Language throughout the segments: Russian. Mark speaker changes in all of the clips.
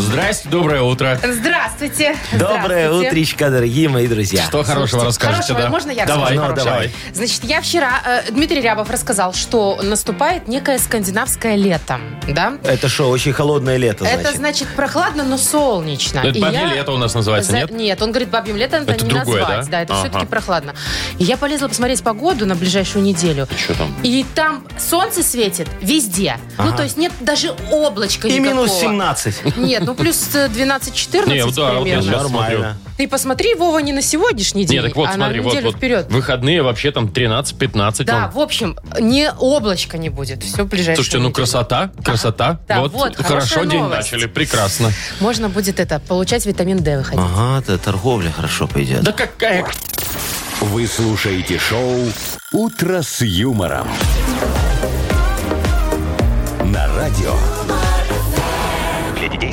Speaker 1: Здрасте, доброе утро.
Speaker 2: Здравствуйте.
Speaker 3: Доброе
Speaker 2: Здравствуйте.
Speaker 3: утречко, дорогие мои друзья.
Speaker 1: Что хорошего расскажете,
Speaker 2: Хорошего,
Speaker 1: да?
Speaker 2: можно я
Speaker 1: Давай,
Speaker 2: расскажу
Speaker 3: Ну,
Speaker 2: хорошего?
Speaker 3: давай.
Speaker 2: Значит, я вчера, э, Дмитрий Рябов рассказал, что наступает некое скандинавское лето, да?
Speaker 3: Это что, очень холодное лето, значит?
Speaker 2: Это значит прохладно, но солнечно.
Speaker 1: Ну, Это
Speaker 2: И
Speaker 1: бабье
Speaker 2: я-
Speaker 1: лето у нас называется,
Speaker 2: За-
Speaker 1: нет?
Speaker 2: он говорит, бабьим летом это,
Speaker 1: Это
Speaker 2: не
Speaker 1: другое,
Speaker 2: назвать.
Speaker 1: да?
Speaker 2: это
Speaker 1: Ага.
Speaker 2: все-таки прохладно. И я полезла посмотреть погоду на ближайшую неделю.
Speaker 1: Что там?
Speaker 2: И там солнце светит везде. Ну, то есть нет даже облачка
Speaker 3: И
Speaker 2: никакого.
Speaker 3: минус 17.
Speaker 2: Нет, ну плюс э, 12-14
Speaker 1: Не, вот да, вот я
Speaker 2: примерно.
Speaker 1: сейчас
Speaker 3: Нормально.
Speaker 2: Ты посмотри, Вова, не на сегодняшний день,
Speaker 1: Нет, так вот,
Speaker 2: а
Speaker 1: смотри,
Speaker 2: на
Speaker 1: вот,
Speaker 2: неделю
Speaker 1: вот.
Speaker 2: вперед.
Speaker 1: Выходные вообще там 13-15.
Speaker 2: Да,
Speaker 1: вон.
Speaker 2: в общем, не облачка не будет. Все ближайшее.
Speaker 1: Слушайте, ну красота, красота.
Speaker 2: Да,
Speaker 1: вот,
Speaker 2: вот,
Speaker 1: хорошо
Speaker 2: хорошая
Speaker 1: день
Speaker 2: новость.
Speaker 1: начали, прекрасно.
Speaker 2: Можно будет это, получать витамин D выходить.
Speaker 3: Ага, это торговля хорошо пойдет.
Speaker 1: Да какая...
Speaker 4: Вы слушаете шоу «Утро с юмором». На радио. Для детей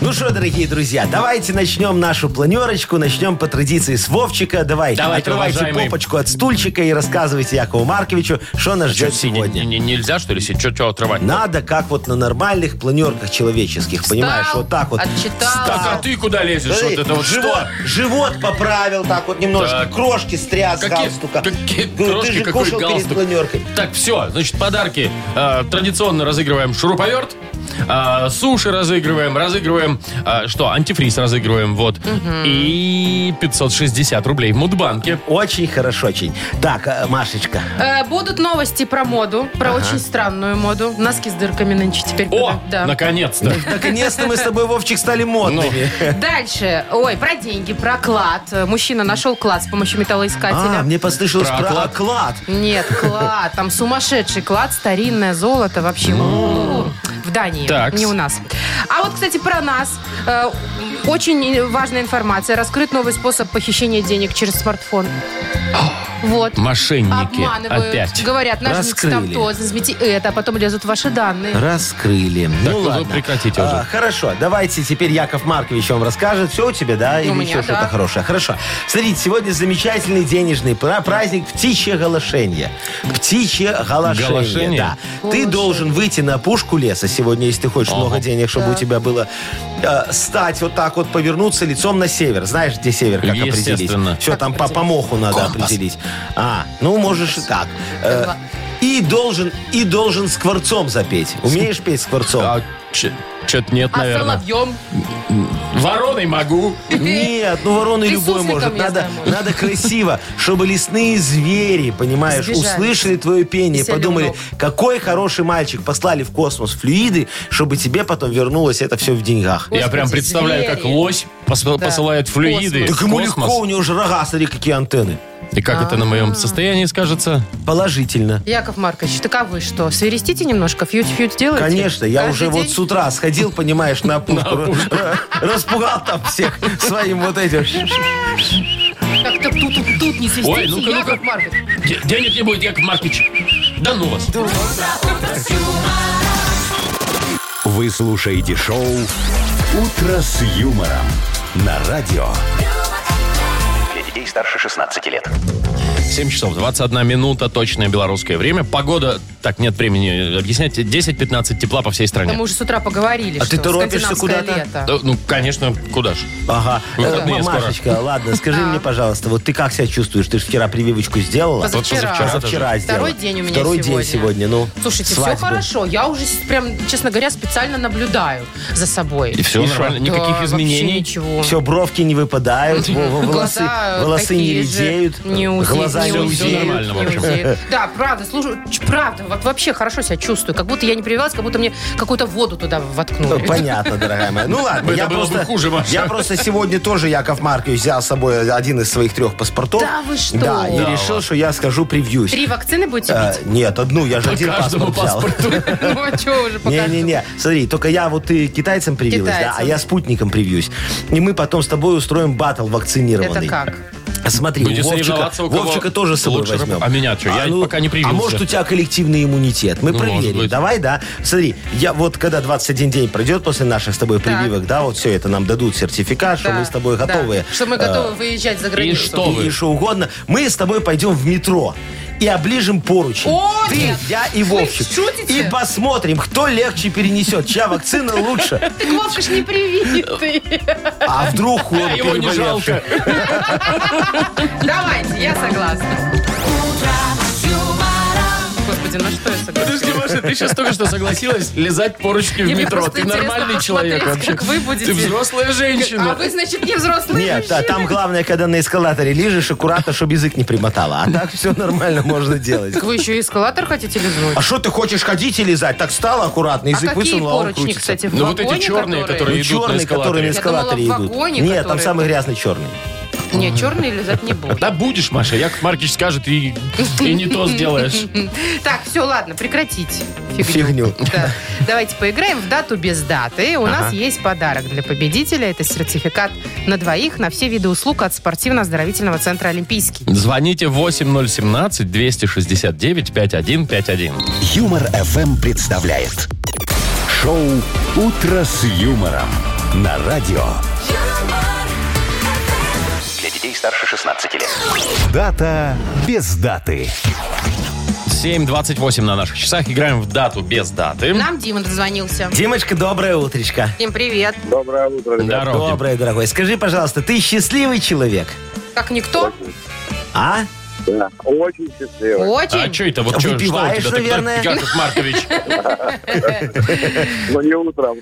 Speaker 3: Ну что, дорогие друзья, давайте начнем нашу планерочку. Начнем по традиции с Вовчика. Давай,
Speaker 1: Давайте,
Speaker 3: отрывайте
Speaker 1: уважаемый.
Speaker 3: попочку от стульчика и рассказывайте Якову Марковичу, что нас
Speaker 1: Не-
Speaker 3: ждет
Speaker 1: не-
Speaker 3: сегодня.
Speaker 1: не- нельзя, что ли, что отрывать?
Speaker 3: Надо, как вот на нормальных планерках человеческих, понимаешь, вот так вот.
Speaker 2: Отчитал.
Speaker 1: Так, а ты куда лезешь? Вот
Speaker 3: Смотри,
Speaker 1: это вот
Speaker 3: что?
Speaker 1: что?
Speaker 3: Живот поправил, так вот немножко,
Speaker 1: Так.
Speaker 3: крошки стряс,
Speaker 1: Какие-
Speaker 3: галстука.
Speaker 1: какие
Speaker 3: Говорю,
Speaker 1: крошки,
Speaker 3: ты же
Speaker 1: какой
Speaker 3: кушал перед
Speaker 1: галстук?
Speaker 3: планеркой.
Speaker 1: Так, все, значит, подарки. Э, традиционно разыгрываем шуруповерт, э, суши разыгрываем, разыгрываем, э, что, антифриз разыгрываем, вот. И 560 рублей в Мудбанке.
Speaker 3: Очень хорошо, очень. Так, э, Машечка,
Speaker 1: А.
Speaker 2: Э, Будут новости про моду, про очень странную моду. Носки с дырками нынче теперь.
Speaker 1: О,
Speaker 2: да.
Speaker 1: наконец-то.
Speaker 3: наконец-то мы с тобой, Вовчик, стали модными.
Speaker 2: Дальше. Ой, про деньги, про клад. Э, Мужчина нашел клад с помощью металлоискателя.
Speaker 3: А, мне послышалось
Speaker 1: Ну, Про
Speaker 3: про
Speaker 1: оклад.
Speaker 3: оклад.
Speaker 2: Нет, клад. Там сумасшедший клад, старинное золото вообще.
Speaker 3: Ну.
Speaker 2: У, В Дании,
Speaker 1: Такс.
Speaker 2: не у нас. А вот, кстати, про нас. Э, Очень важная информация. Раскрыт новый способ похищения денег через смартфон. Вот.
Speaker 1: Мошенники.
Speaker 2: Обманывают.
Speaker 1: Опять.
Speaker 2: Говорят, нажмите там
Speaker 3: Раскрыли.
Speaker 2: то, нажмите это, а потом лезут ваши данные.
Speaker 3: Раскрыли.
Speaker 1: Так,
Speaker 3: ну
Speaker 1: ну,
Speaker 3: ладно.
Speaker 1: прекратите уже.
Speaker 3: А, хорошо, давайте теперь Яков Маркович вам расскажет. Все у тебя, да? Или
Speaker 2: меня,
Speaker 3: еще что-то
Speaker 2: да.
Speaker 3: хорошее? Хорошо. Смотрите, сегодня замечательный денежный пра- праздник птичье голошенье. Птичье голошенье,
Speaker 1: Голошенье?
Speaker 3: да. Ты должен выйти на пушку леса сегодня, если ты хочешь много денег, чтобы у тебя было. э, стать вот так вот, повернуться лицом на север. Знаешь, где север, как определить?
Speaker 1: Естественно.
Speaker 3: Все, там по, по моху надо определить. А, ну можешь и так. Э,
Speaker 2: Два.
Speaker 3: и должен, и должен скворцом запеть. Умеешь петь
Speaker 1: А,
Speaker 3: скворцом?
Speaker 1: Что-то нет,
Speaker 2: А
Speaker 1: наверное.
Speaker 2: соловьем?
Speaker 1: Вороной могу.
Speaker 3: Нет, ну вороны
Speaker 2: Ты
Speaker 3: любой
Speaker 2: сусликом,
Speaker 3: может.
Speaker 2: я
Speaker 3: Надо,
Speaker 2: знаю, может.
Speaker 3: надо красиво, чтобы лесные звери, понимаешь,
Speaker 2: Сбежались.
Speaker 3: услышали твое пение,
Speaker 2: И сели в
Speaker 3: подумали,
Speaker 2: ног.
Speaker 3: какой хороший мальчик, послали в космос флюиды, чтобы тебе потом вернулось это все в деньгах.
Speaker 1: Я
Speaker 2: Господи,
Speaker 1: прям представляю,
Speaker 2: звери.
Speaker 1: как лось пос- посылает флюиды.
Speaker 2: Космос.
Speaker 1: в
Speaker 3: Так ему
Speaker 1: космос.
Speaker 3: легко, у него же рога, смотри, какие антенны.
Speaker 1: И как это на
Speaker 2: А.
Speaker 1: моем состоянии скажется?
Speaker 3: Положительно.
Speaker 2: Яков Маркович, так а вы что, свирестите немножко, фьють-фьють делаете?
Speaker 3: Конечно, я
Speaker 2: Каждый
Speaker 3: уже вот
Speaker 2: день?
Speaker 3: с утра сходил, понимаешь, на пушку, распугал там всех своим вот этим.
Speaker 2: Так, так тут, тут, тут не свистите,
Speaker 1: Ой, ну-ка,
Speaker 2: Яков
Speaker 1: ну-ка.
Speaker 2: Маркович.
Speaker 1: Д- Денег не будет, Яков Маркович. Да ну вас.
Speaker 4: Вы слушаете шоу «Утро с юмором» на радио. Для детей старше 16 лет.
Speaker 1: 7 часов 21 минута, точное белорусское время. Погода, так, нет времени объяснять, 10-15 тепла по всей
Speaker 2: Да Мы
Speaker 1: стране.
Speaker 2: уже с утра поговорили,
Speaker 3: А
Speaker 2: что
Speaker 3: ты торопишься
Speaker 2: скандинавское
Speaker 3: куда-то?
Speaker 2: лето.
Speaker 1: Да, Ну, конечно, куда же.
Speaker 3: Ага.
Speaker 1: Выходные
Speaker 3: Э,
Speaker 1: Ну, скоро.
Speaker 3: Машечка, ладно, скажи мне, пожалуйста, вот ты как себя чувствуешь? Ты же вчера прививочку сделала?
Speaker 2: Позавчера.
Speaker 3: Позавчера сделала.
Speaker 2: Второй день у меня
Speaker 3: А, Второй
Speaker 2: сегодня.
Speaker 3: день сегодня, ну.
Speaker 2: Слушайте,
Speaker 3: свадьбы.
Speaker 2: все хорошо. Я уже с- прям, честно говоря, специально наблюдаю за собой.
Speaker 1: И все
Speaker 3: И
Speaker 1: нормально,
Speaker 3: шо?
Speaker 1: никаких
Speaker 2: Да, вообще
Speaker 1: изменений.
Speaker 2: ничего.
Speaker 3: Все, бровки не выпадают, во- во- Ну, волосы,
Speaker 2: Глаза э,
Speaker 3: волосы не
Speaker 2: такие же,
Speaker 3: редеют,
Speaker 2: не узе-
Speaker 3: глаза
Speaker 2: не
Speaker 3: не
Speaker 1: всё
Speaker 2: узеют,
Speaker 3: узеют.
Speaker 1: нормально,
Speaker 2: не
Speaker 1: в общем.
Speaker 2: узеют. Да, правда, слушай, ч- правда, вот вообще хорошо себя чувствую. Как будто я не привелась, как будто мне какую-то воду туда воткнули.
Speaker 3: Ну, Понятно, дорогая моя. Ну ладно,
Speaker 1: Это
Speaker 3: я
Speaker 1: было бы
Speaker 3: просто,
Speaker 1: хуже, Маша.
Speaker 3: я просто сегодня тоже, Яков Маркович, взял с собой один из своих трех паспортов.
Speaker 2: Да вы что?
Speaker 3: Да, и
Speaker 2: Да
Speaker 3: решил, что я скажу превьюсь.
Speaker 2: Три вакцины будете
Speaker 3: Э,
Speaker 2: пить?
Speaker 3: Нет, одну, я же один
Speaker 1: Каждому
Speaker 3: паспорт взял.
Speaker 1: паспорту.
Speaker 2: Ну, а чего уже пока?
Speaker 3: Не-не-не, смотри, только я вот ты китайцам привилась, да,
Speaker 2: Китайцам.
Speaker 3: а я спутником привьюсь. И мы потом с тобой устроим батл вакцинированный.
Speaker 2: Это как?
Speaker 3: Смотри,
Speaker 1: Будете
Speaker 3: у Вовчика,
Speaker 1: соревноваться, у кого
Speaker 3: Вовчика тоже с собой
Speaker 1: лучше раб-
Speaker 3: возьмем.
Speaker 1: А меня чё? Я пока не
Speaker 3: А
Speaker 1: привился.
Speaker 3: может, у тебя коллективный иммунитет? Мы
Speaker 1: Ну, может
Speaker 3: проверим.
Speaker 1: быть.
Speaker 3: Давай, да. Смотри, я вот когда 21 день пройдет после наших с тобой прививок, да, вот все это нам дадут сертификат, что
Speaker 2: Да,
Speaker 3: мы с тобой
Speaker 2: да.
Speaker 3: готовы. э, А.
Speaker 2: Что мы готовы выезжать за границу.
Speaker 1: что? вы.
Speaker 3: И, и что угодно. Мы с тобой пойдем в метро и оближем поручень.
Speaker 2: О,
Speaker 3: Ты,
Speaker 2: нет.
Speaker 3: я и
Speaker 2: Вы
Speaker 3: Вовчик.
Speaker 2: шутите?
Speaker 3: И посмотрим, кто легче перенесет, чья вакцина лучше.
Speaker 2: Так Вовка ж не привитый.
Speaker 3: А вдруг он
Speaker 1: Его не
Speaker 3: переболевший.
Speaker 1: жалко.
Speaker 2: Давайте, я согласна. Господи, на что я согласна?
Speaker 1: Подожди, Маша, ты сейчас только что согласилась лизать поручки в
Speaker 2: Не, мне
Speaker 1: метро.
Speaker 2: просто
Speaker 1: Ты
Speaker 2: интересно
Speaker 1: нормальный человек
Speaker 2: посмотреть,
Speaker 1: вообще.
Speaker 2: как вы будете.
Speaker 1: Ты взрослая
Speaker 2: А
Speaker 1: женщина.
Speaker 2: вы, значит, не взрослые
Speaker 3: Нет, да,
Speaker 2: мужчины.
Speaker 3: там главное, когда на эскалаторе лижешь, аккуратно, чтобы язык не примотало. А так все нормально можно делать.
Speaker 2: Так вы еще и эскалатор хотите лизнуть?
Speaker 3: А что ты хочешь ходить и лизать? Так встала аккуратно,
Speaker 2: А
Speaker 3: язык
Speaker 2: какие
Speaker 3: высунула, а он
Speaker 2: поручни,
Speaker 3: крутится.
Speaker 2: кстати, в
Speaker 1: Ну, вот эти
Speaker 2: вагоне,
Speaker 1: черные, которые-
Speaker 3: Ну,
Speaker 1: идут на
Speaker 3: черные, которые
Speaker 1: эскалаторе.
Speaker 3: на эскалаторе
Speaker 2: Я думала, в
Speaker 3: идут.
Speaker 2: вагоне,
Speaker 3: Нет, там
Speaker 2: которые-
Speaker 3: самый грязный черный.
Speaker 2: Нет, черные лизать не буду.
Speaker 1: Да будешь, Маша. Яков Маркич скажет, и, и не то сделаешь.
Speaker 2: Так, все, ладно, прекратить фигню.
Speaker 3: Фигню.
Speaker 2: Да. Давайте поиграем в дату без даты. У нас есть подарок для победителя. Это сертификат на двоих на все виды услуг от спортивно-оздоровительного центра «Олимпийский».
Speaker 1: Звоните 8017-269-5151.
Speaker 4: Юмор FM представляет шоу Утро с юмором на радио.
Speaker 5: Для детей старше 16 лет.
Speaker 4: Дата без даты.
Speaker 1: 7.28 на наших часах. Играем в дату без даты.
Speaker 2: Нам Дима дозвонился.
Speaker 3: Димочка, доброе утречко.
Speaker 2: Всем привет.
Speaker 6: Доброе утро, ребят.
Speaker 1: Здорово.
Speaker 3: Доброе, дорогой. Скажи, пожалуйста, ты счастливый человек?
Speaker 2: Как никто?
Speaker 3: А?
Speaker 6: Да. Очень счастливо.
Speaker 1: А
Speaker 2: Очень.
Speaker 1: что это? Вот чё-
Speaker 3: Выпиваешь,
Speaker 1: что у тебя так-
Speaker 3: наверное.
Speaker 1: так, Яков Маркович?
Speaker 6: Но не утром.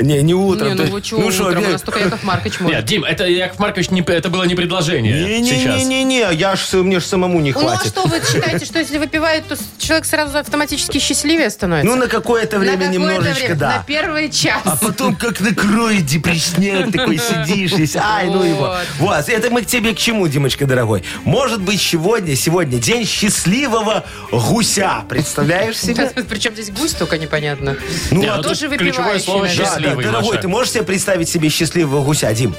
Speaker 3: Не, не утром.
Speaker 2: Не, ну
Speaker 3: то-
Speaker 2: вы чё
Speaker 3: шо,
Speaker 2: утром? У
Speaker 3: бег-
Speaker 2: нас только Яков Маркович может.
Speaker 1: Нет, Дим, это Яков Маркович, не, это было не предложение сейчас.
Speaker 3: Не-не-не-не, а я ж, мне ж самому не
Speaker 2: Ну а
Speaker 3: хватит.
Speaker 2: что вы считаете, что если выпивает, то человек сразу автоматически счастливее становится?
Speaker 3: Ну, на какое-то время
Speaker 2: какое-то
Speaker 3: немножечко,
Speaker 2: время?
Speaker 3: да.
Speaker 2: На первый час.
Speaker 3: А потом как накроет депресняк такой сидишь здесь. Ай, ну его. Вот, это мы к тебе к чему, Димочка, дорогой? Может быть, сегодня, сегодня день счастливого гуся. Представляешь себе?
Speaker 2: Причем здесь гусь только непонятно.
Speaker 3: Ну,
Speaker 1: Не,
Speaker 3: а
Speaker 1: ну
Speaker 3: то-
Speaker 1: тут
Speaker 2: тоже
Speaker 1: ключевое
Speaker 2: выпивающий,
Speaker 1: слово
Speaker 3: Да,
Speaker 2: наверное.
Speaker 3: да,
Speaker 1: счастливый,
Speaker 3: дорогой,
Speaker 1: Маша.
Speaker 3: ты можешь себе представить себе счастливого гуся, Дим?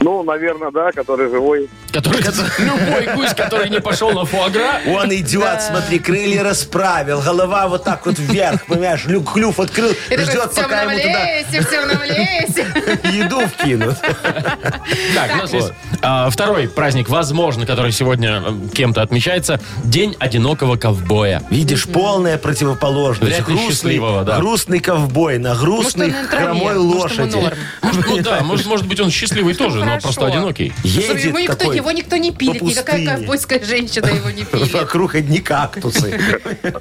Speaker 6: Ну, наверное, да, который живой.
Speaker 1: Который- любой гусь, который не пошел на фуагра,
Speaker 3: Он идет, смотри, крылья расправил, голова вот так вот вверх, понимаешь, люк клюв открыл,
Speaker 2: И такой,
Speaker 3: ждет,
Speaker 2: «Всем
Speaker 3: пока
Speaker 2: нам
Speaker 3: ему туда
Speaker 2: лезь, всем нам лезь».
Speaker 3: еду вкинут.
Speaker 1: Так, у нас есть а, второй праздник, возможно, который сегодня э, кем-то отмечается. День одинокого ковбоя.
Speaker 3: Видишь, полная противоположность.
Speaker 1: Вряд ли счастливого, да.
Speaker 3: грустный ковбой на
Speaker 2: Может, он
Speaker 3: грустной
Speaker 2: на траве,
Speaker 3: хромой
Speaker 2: может, ему
Speaker 3: лошади.
Speaker 2: норм.
Speaker 1: Ну да, может, может быть, он счастливый тоже, но
Speaker 2: хорошо.
Speaker 1: просто одинокий.
Speaker 2: Чтобы
Speaker 3: Едет
Speaker 2: Его никто,
Speaker 3: такой
Speaker 2: его никто не пилит,
Speaker 3: по
Speaker 2: никакая
Speaker 3: пустыне.
Speaker 2: ковбойская женщина его не пилит.
Speaker 3: Вокруг одни кактусы.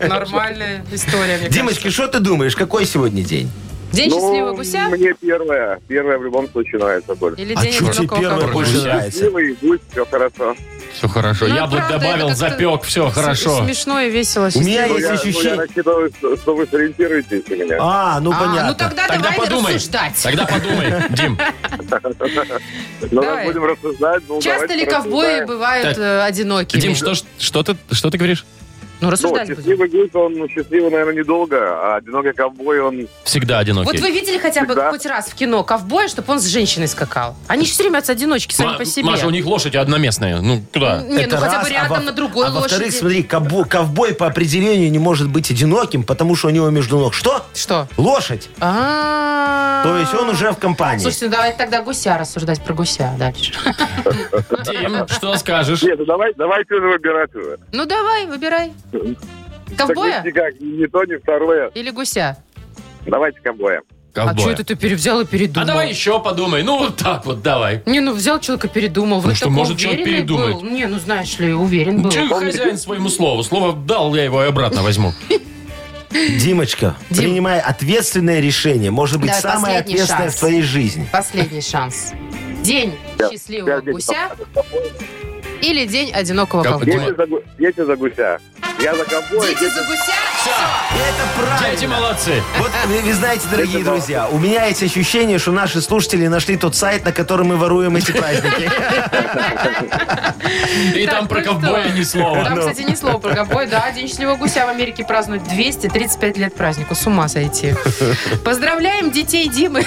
Speaker 2: Нормальная история, мне
Speaker 3: Димочки, что ты думаешь, какой сегодня день?
Speaker 2: кажется. День счастливого гуся
Speaker 6: Ну, мне первое. Первое в любом случае нравится больше.
Speaker 2: или
Speaker 3: А
Speaker 2: день
Speaker 3: что тебе
Speaker 2: одинокого
Speaker 3: первое
Speaker 2: ковбоя?
Speaker 3: больше
Speaker 1: Гуся.
Speaker 3: нравится?
Speaker 6: Счастливый гусь, все хорошо.
Speaker 1: Все хорошо.
Speaker 2: Ну,
Speaker 1: Яблок
Speaker 2: правда,
Speaker 1: добавил,
Speaker 2: это как-то
Speaker 1: запек, все хорошо.
Speaker 2: Смешно и весело.
Speaker 3: У меня
Speaker 6: Ну,
Speaker 3: есть
Speaker 6: я, ну, я
Speaker 3: ощущение...
Speaker 6: рассчитываю, что, что вы сориентируетесь у меня.
Speaker 3: А, ну
Speaker 2: А, ну
Speaker 3: понятно.
Speaker 2: тогда
Speaker 1: Тогда
Speaker 2: давай
Speaker 1: подумай.
Speaker 2: рассуждать.
Speaker 1: Тогда подумай, Дим.
Speaker 6: Ну,
Speaker 2: давай.
Speaker 6: раз будем рассуждать. Ну,
Speaker 2: Часто
Speaker 6: давайте
Speaker 2: ли ковбои
Speaker 6: порассуждаем.
Speaker 2: бывают
Speaker 1: Так.
Speaker 2: э, одинокими?
Speaker 1: Дим, что, ж- что, ты, что ты говоришь?
Speaker 2: Ну,
Speaker 6: Ну,
Speaker 2: рассуждать будем.
Speaker 6: счастливый гусь, он ну, счастливый, наверное, недолго, а одинокий ковбой, он...
Speaker 1: Всегда
Speaker 2: Вот
Speaker 1: одинокий.
Speaker 2: вы видели хотя бы
Speaker 6: Да.
Speaker 2: хоть раз в кино ковбоя, чтобы он с женщиной скакал? Они же все время от одиночки сами
Speaker 1: Ма-
Speaker 2: по себе.
Speaker 1: Маша, у них лошади одноместные. Ну, куда?
Speaker 2: Не, ну
Speaker 3: Это
Speaker 2: хотя
Speaker 3: раз,
Speaker 2: бы
Speaker 3: а
Speaker 2: рядом
Speaker 3: во-
Speaker 2: на другой
Speaker 3: а во-вторых,
Speaker 2: лошади.
Speaker 3: смотри, кобо- ковбой по определению не может быть одиноким, потому что у него между ног что?
Speaker 2: Что?
Speaker 3: Лошадь.
Speaker 2: А.
Speaker 3: То есть он уже в компании.
Speaker 2: Слушайте, ну давайте тогда гуся рассуждать про гуся дальше. Ну,
Speaker 1: Дим, что скажешь?
Speaker 6: Нет, ну, давай, давайте уже выбирать уже.
Speaker 2: Ну давай, выбирай. Ковбоя
Speaker 6: Так ведь никак, ни то, ни второе.
Speaker 2: или гуся?
Speaker 6: Давайте ковбоя.
Speaker 2: А что
Speaker 1: Ковбоя.
Speaker 2: это ты перевзял и передумал?
Speaker 1: А давай еще подумай. Ну, вот так вот, давай.
Speaker 2: Не, ну взял человека, передумал. Вы
Speaker 1: Ну что,
Speaker 2: такой
Speaker 1: может, человек
Speaker 2: уверенный
Speaker 1: передумает? Ну,
Speaker 2: был? Не, ну знаешь ли, уверен был.
Speaker 1: Чё хозяин своему слову? Слово дал, я его и обратно возьму.
Speaker 3: Димочка,
Speaker 2: Дим.
Speaker 3: принимай ответственное решение. Может быть,
Speaker 2: Давай,
Speaker 3: самое
Speaker 2: последний
Speaker 3: ответственное
Speaker 2: шанс.
Speaker 3: в твоей жизни.
Speaker 2: Последний шанс. День счастливого
Speaker 6: Я здесь
Speaker 2: гуся или день одинокого
Speaker 1: Как-
Speaker 2: ковбоя?
Speaker 1: Дима.
Speaker 6: Если за, гу- если за гуся. Я за ковбоя.
Speaker 2: Дети за гуся.
Speaker 1: Все,
Speaker 3: Это
Speaker 2: А,
Speaker 3: правильно.
Speaker 1: дети молодцы.
Speaker 3: Вот вы, вы знаете, дорогие
Speaker 6: Это да.
Speaker 3: друзья, у меня есть ощущение, что наши слушатели нашли тот сайт, на котором мы воруем эти праздники.
Speaker 1: И там
Speaker 2: ну
Speaker 1: про ковбоя ни слова.
Speaker 2: Там, кстати, ни слова про ковбоя. Да, День счастливого гуся в Америке празднуют 235 лет празднику. С ума сойти. Поздравляем детей Димы.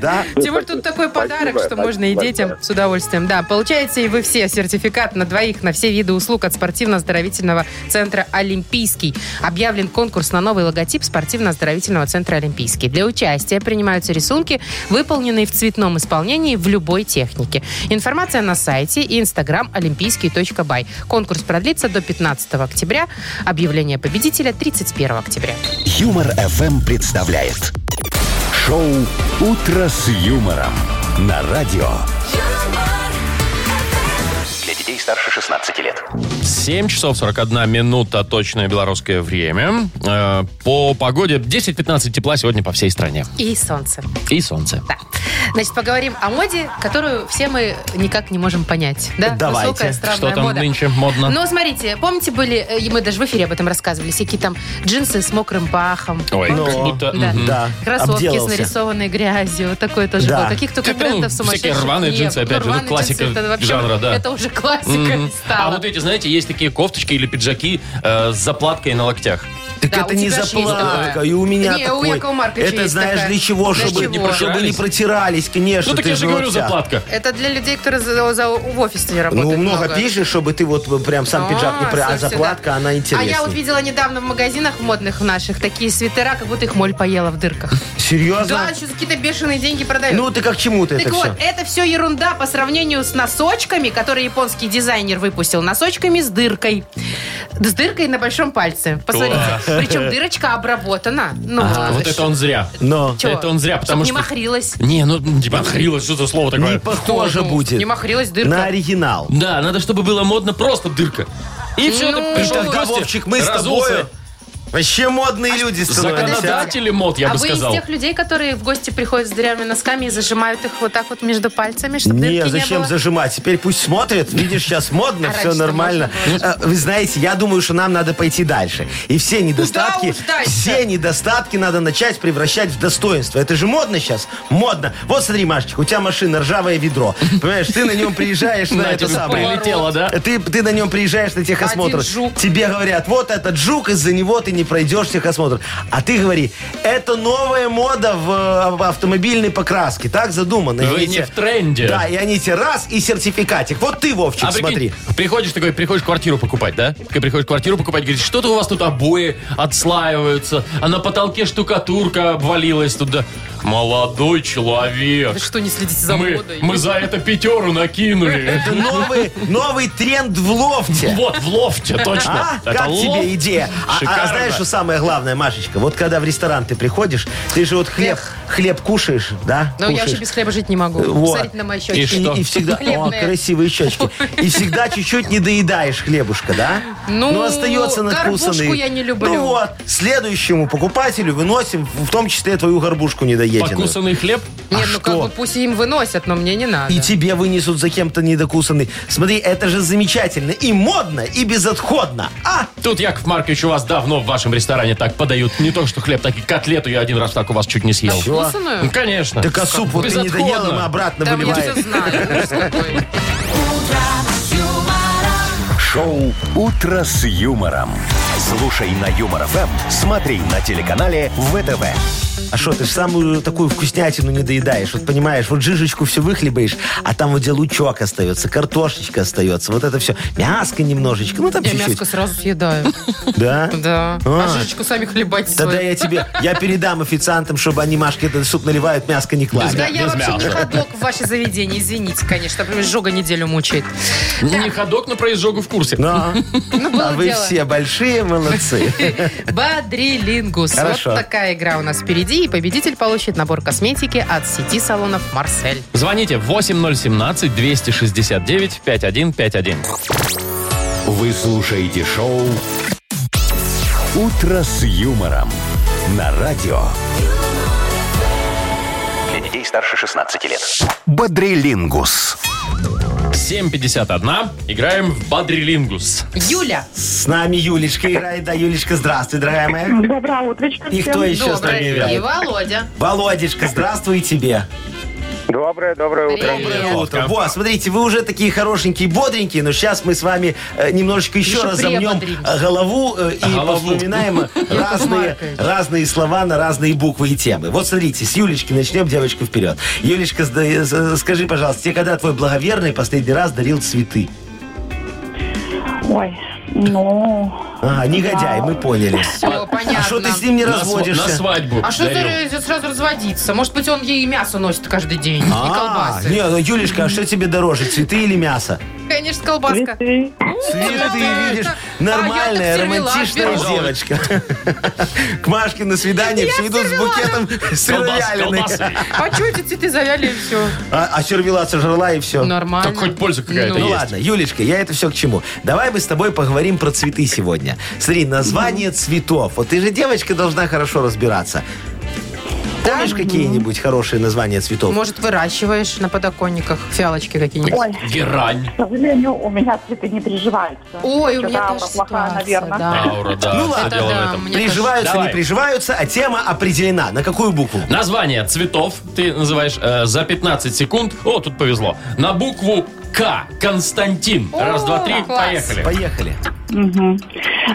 Speaker 3: Да?
Speaker 2: Тем более тут такой подарок,
Speaker 6: Спасибо,
Speaker 2: что можно и
Speaker 6: спасибо
Speaker 2: детям
Speaker 6: большое.
Speaker 2: с удовольствием. Да, получаете и вы все сертификат на двоих на все виды услуг от спортивно-оздоровительного центра «Олимпийский». Объявлен конкурс на новый логотип спортивно-оздоровительного центра «Олимпийский». Для участия принимаются рисунки, выполненные в цветном исполнении в любой технике. Информация на сайте и инстаграм олимпийский.бай. Конкурс продлится до 15 октября. Объявление победителя 31 октября.
Speaker 4: Юмор FM представляет шоу Утро с юмором на радио.
Speaker 5: Для детей старше 16 лет.
Speaker 1: 7 часов 41 минута точное белорусское время. Э, По погоде 10-15 тепла сегодня по всей стране.
Speaker 2: И солнце.
Speaker 1: И солнце.
Speaker 2: Да. Значит, поговорим о моде, которую все мы никак не можем понять. Да?
Speaker 3: Давайте.
Speaker 2: Высокая, странная
Speaker 1: Что там
Speaker 2: мода.
Speaker 1: нынче модно?
Speaker 2: Ну, смотрите, помните, были, э, и мы даже в эфире об этом рассказывали, всякие там джинсы с мокрым пахом.
Speaker 1: Ой,
Speaker 3: Ну,
Speaker 1: как будто...
Speaker 2: Да.
Speaker 1: мгм.
Speaker 3: Да,
Speaker 2: Кроссовки
Speaker 3: обделался.
Speaker 2: с нарисованной грязью. Вот такое тоже
Speaker 3: Да.
Speaker 2: было. Каких только
Speaker 1: Да, ну,
Speaker 2: трендов
Speaker 1: всякие
Speaker 2: сумасшедших
Speaker 1: рваные
Speaker 2: не
Speaker 1: джинсы,
Speaker 2: было.
Speaker 1: опять же, ну,
Speaker 2: рваные
Speaker 1: классика
Speaker 2: джинсы, это вообще,
Speaker 1: жанра, да.
Speaker 2: Это уже классика
Speaker 1: Мгм. А
Speaker 2: стала.
Speaker 1: вот эти, знаете, есть такие кофточки или пиджаки э, с заплаткой на локтях.
Speaker 3: Так
Speaker 2: Да, у
Speaker 3: это не
Speaker 2: тебя ж есть
Speaker 3: заплатка,
Speaker 2: такая.
Speaker 3: и у меня
Speaker 2: Не, у
Speaker 3: такой.
Speaker 2: Якова Марковича
Speaker 3: Это
Speaker 2: есть
Speaker 3: знаешь
Speaker 2: такая.
Speaker 3: для чего?
Speaker 2: Для
Speaker 3: Чтобы
Speaker 2: чего?
Speaker 3: чтобы не
Speaker 1: Протирались?
Speaker 3: протирались, конечно.
Speaker 1: Ну так
Speaker 3: ты
Speaker 1: я же
Speaker 3: вот
Speaker 1: говорю,
Speaker 3: вся.
Speaker 1: заплатка.
Speaker 2: Это для людей, которые за, за- в офисе работают.
Speaker 3: Ну, много пишешь, чтобы ты вот ну, прям сам пиджак не про... А
Speaker 2: слушайте,
Speaker 3: заплатка,
Speaker 2: да.
Speaker 3: она
Speaker 2: А я вот
Speaker 3: интереснее.
Speaker 2: видела недавно в магазинах модных наших такие свитера, как будто их моль поела в дырках. Да,
Speaker 3: Серьезно?
Speaker 2: еще за какие-то бешеные деньги продают.
Speaker 3: Ну ты как к чему-то
Speaker 2: так
Speaker 3: это
Speaker 2: вот,
Speaker 3: все.
Speaker 2: это все ерунда по сравнению с носочками, которые японский дизайнер выпустил. Носочками с дыркой. С дыркой на большом пальце. Посмотрите. Причем дырочка обработана. Ну,
Speaker 1: А, вот это он зря.
Speaker 3: Но
Speaker 2: чё,
Speaker 1: это он зря,
Speaker 2: чтоб
Speaker 1: потому
Speaker 2: не
Speaker 1: что-
Speaker 2: махрилась.
Speaker 1: Не, ну типа хрилось, что за слово такое?
Speaker 3: не похоже
Speaker 2: Ну,
Speaker 3: будет
Speaker 2: Не махрилась дырка.
Speaker 3: на оригинал.
Speaker 1: Да, надо, чтобы было модно, просто дырка. И все,
Speaker 2: Ну,
Speaker 1: ты
Speaker 3: И
Speaker 1: пришел в
Speaker 3: тогда,
Speaker 1: гости,
Speaker 3: Вовчик, мы с
Speaker 1: разулся.
Speaker 3: тобой вообще модные люди становимся. а?
Speaker 1: Законодатели мод, я
Speaker 2: а
Speaker 1: бы
Speaker 2: вы
Speaker 1: сказал.
Speaker 2: из тех людей, которые в гости приходят с дырявыми носками и зажимают их вот так вот между пальцами, чтобы
Speaker 3: Не,
Speaker 2: дырки не
Speaker 3: зачем
Speaker 2: было?
Speaker 3: зажимать? Теперь пусть смотрят. Видишь, сейчас модно,
Speaker 2: А
Speaker 3: все
Speaker 2: раньше-то
Speaker 3: нормально.
Speaker 2: можно
Speaker 3: Э, Вы знаете, я думаю, что нам надо пойти дальше. И все недостатки,
Speaker 2: уж дальше?
Speaker 3: все недостатки надо начать превращать в достоинство. Это же модно сейчас. Модно. Вот смотри, Машечка, у тебя машина ржавое ведро. Понимаешь, ты на нем приезжаешь
Speaker 1: На,
Speaker 3: на это
Speaker 1: тебе
Speaker 3: самое.
Speaker 1: прилетело, да?
Speaker 3: Ты, ты на нем приезжаешь на техосмотр.
Speaker 2: Один жук.
Speaker 3: Тебе говорят, вот этот жук, из-за него ты не пройдешь техосмотр. А ты говори, это новая мода в, э, в автомобильной покраске. Так задумано. И
Speaker 1: Вы
Speaker 3: они
Speaker 1: не
Speaker 3: те-
Speaker 1: в тренде.
Speaker 3: Да, и они тебе раз, и сертификатик. Вот ты, Вовчик,
Speaker 1: А
Speaker 3: Типа, смотри.
Speaker 1: прикинь, приходишь такой, приходишь квартиру покупать, да? Ты приходишь квартиру покупать, говоришь, что-то у вас тут обои отслаиваются, а на потолке штукатурка обвалилась туда. Молодой человек.
Speaker 2: Вы что, не следите за
Speaker 1: мы,
Speaker 2: модой?
Speaker 1: мы за это пятеру накинули.
Speaker 3: Это новый, новый тренд в лофте.
Speaker 1: Вот, в лофте,
Speaker 3: А?
Speaker 1: точно. Это
Speaker 3: как
Speaker 1: лофт.
Speaker 3: тебе идея? А- А,
Speaker 1: Шикарно.
Speaker 3: знаешь, что самое главное, Машечка? Вот когда в ресторан ты приходишь, ты же вот хлеб, хлеб кушаешь, да?
Speaker 2: Ну, я
Speaker 3: Кушаешь. Э,
Speaker 2: вообще без хлеба жить не могу.
Speaker 3: Вот.
Speaker 2: Смотрите на мои
Speaker 3: И,
Speaker 2: щечки.
Speaker 1: что?
Speaker 3: и всегда, о,
Speaker 2: Хлебные.
Speaker 3: красивые щечки. И всегда чуть-чуть не доедаешь хлебушка, да?
Speaker 2: Ну,
Speaker 3: Но остается надкусанный.
Speaker 2: горбушку я не люблю.
Speaker 3: Ну вот, следующему покупателю выносим, в том числе твою горбушку недоеденную.
Speaker 1: Покусанный хлеб?
Speaker 2: Нет,
Speaker 3: А
Speaker 2: ну как
Speaker 3: что?
Speaker 2: бы пусть им выносят, но мне не надо.
Speaker 3: И тебе вынесут за кем-то недокусанный. Смотри, это же замечательно. И модно, и безотходно. А,
Speaker 1: Тут, Яков Маркович, у вас давно в вашем ресторане так подают. Не то, что хлеб, так и котлету я один раз так у вас чуть не съел.
Speaker 2: Вкусную?
Speaker 1: Ну, конечно.
Speaker 3: А так а суп вот ты не
Speaker 1: Безотходно.
Speaker 3: доел, и мы обратно
Speaker 2: Там я все
Speaker 3: выливаем.
Speaker 2: знаю. ужас какой.
Speaker 4: Шоу Утро с юмором. Слушай на Юмор ФМ, смотри на телеканале ВТВ.
Speaker 3: А что, ты ж самую такую вкуснятину не доедаешь. Вот понимаешь, вот жижечку все выхлебаешь, а там вот где лучок остается, картошечка остается. Вот это все. Мяско немножечко. Ну, там
Speaker 2: Я
Speaker 3: чуть-чуть.
Speaker 2: мяско сразу съедаю.
Speaker 3: Да?
Speaker 2: Да.
Speaker 3: А.
Speaker 2: А жижечку сами хлебать
Speaker 3: Тогда
Speaker 2: свою.
Speaker 3: я тебе, я передам официантам, чтобы они Машке этот суп наливают, мяско не
Speaker 2: Да
Speaker 3: клали.
Speaker 2: я
Speaker 1: без
Speaker 2: вообще не
Speaker 1: мяса.
Speaker 2: ходок в ваше заведение, извините, конечно. Прям жога неделю мучает.
Speaker 1: Не ходок, но про изжогу в курсе.
Speaker 3: Да.
Speaker 2: Ну, было
Speaker 3: А вы
Speaker 2: дело.
Speaker 3: все большие молодцы.
Speaker 2: Бадрилингус.
Speaker 3: Хорошо.
Speaker 2: Вот такая игра у нас впереди. И победитель получит набор косметики от сети салонов «Марсель».
Speaker 1: Звоните 8017-269-5151.
Speaker 4: Вы слушаете шоу Утро с юмором на радио
Speaker 5: Для детей старше 16 лет.
Speaker 4: Бодрилингус.
Speaker 1: 751. Играем в Бадрилингус.
Speaker 2: Юля,
Speaker 3: С нами Юлечка играет. Да, Юлечка, здравствуй, дорогая моя.
Speaker 7: Доброе утречко.
Speaker 3: И
Speaker 7: всем.
Speaker 3: кто еще с нами
Speaker 2: доброе. И
Speaker 3: играет?
Speaker 2: Володя.
Speaker 3: Володечка, здравствуй и тебе.
Speaker 6: Доброе, доброе утро.
Speaker 3: Доброе
Speaker 2: Привет.
Speaker 3: утро. Вот, смотрите, вы уже такие хорошенькие, бодренькие, но сейчас мы с вами э, немножечко еще,
Speaker 2: Еще
Speaker 3: раз замнем
Speaker 2: приободримся.
Speaker 3: э, голову э, и
Speaker 1: Голову.
Speaker 3: повспоминаем разные,
Speaker 2: Маркович.
Speaker 3: разные слова на разные буквы и темы. Вот смотрите, с Юлечки начнем девочку вперед. Юлечка, сда- э, с- скажи, пожалуйста, тебе когда твой благоверный последний раз дарил цветы?
Speaker 7: Ой, ну...
Speaker 3: Ага, негодяй, мы поняли.
Speaker 2: Все, понятно.
Speaker 3: А что ты с ним не
Speaker 1: На сва- На
Speaker 3: разводишься?
Speaker 1: свадьбу.
Speaker 2: А что
Speaker 1: дарил.
Speaker 2: ты сразу разводиться? Может быть, он ей мясо носит каждый день. и
Speaker 3: А,
Speaker 2: колбасы.
Speaker 3: не, ну, Юлечка, а что тебе дороже, цветы или мясо?
Speaker 2: Конечно, колбаска.
Speaker 7: Цветы.
Speaker 3: Цветы, видишь,
Speaker 2: А я так
Speaker 3: нормальная,
Speaker 2: сервела,
Speaker 3: романтичная
Speaker 2: беру.
Speaker 3: девочка. К Машке на свидание все идут с букетом
Speaker 1: Колбас-
Speaker 3: сервелялины.
Speaker 1: колбасы.
Speaker 2: А что эти цветы завяли и все?
Speaker 3: А а сервела сожрала и все.
Speaker 2: Нормально.
Speaker 1: Так хоть польза какая-то
Speaker 2: Ну,
Speaker 3: Ну
Speaker 1: есть.
Speaker 3: ладно, Юлечка, я это все к чему. Давай мы с тобой поговорим про цветы сегодня. Смотри, название цветов. Вот ты же девочка должна хорошо разбираться. Помнишь какие-нибудь хорошие названия цветов?
Speaker 2: Может, выращиваешь на подоконниках фиалочки какие-нибудь?
Speaker 7: Ой,
Speaker 1: Герань.
Speaker 7: к сожалению, у меня цветы не приживаются.
Speaker 2: Ой, у меня
Speaker 7: Да,
Speaker 2: тоже
Speaker 7: плохая,
Speaker 2: ситуация,
Speaker 7: наверное.
Speaker 2: да.
Speaker 1: Аура, да.
Speaker 3: Ну
Speaker 1: всё
Speaker 3: ладно.
Speaker 1: дело в
Speaker 2: Да,
Speaker 1: этом.
Speaker 2: мне тоже.
Speaker 3: Приживаются,
Speaker 1: Давай.
Speaker 3: не приживаются, а тема определена. На какую букву?
Speaker 1: Название цветов ты называешь э, за 15 секунд. О, тут повезло. На букву К. Константин.
Speaker 2: О,
Speaker 1: Раз, два, три.
Speaker 2: класс.
Speaker 1: Поехали.
Speaker 3: Поехали.
Speaker 7: Мгм.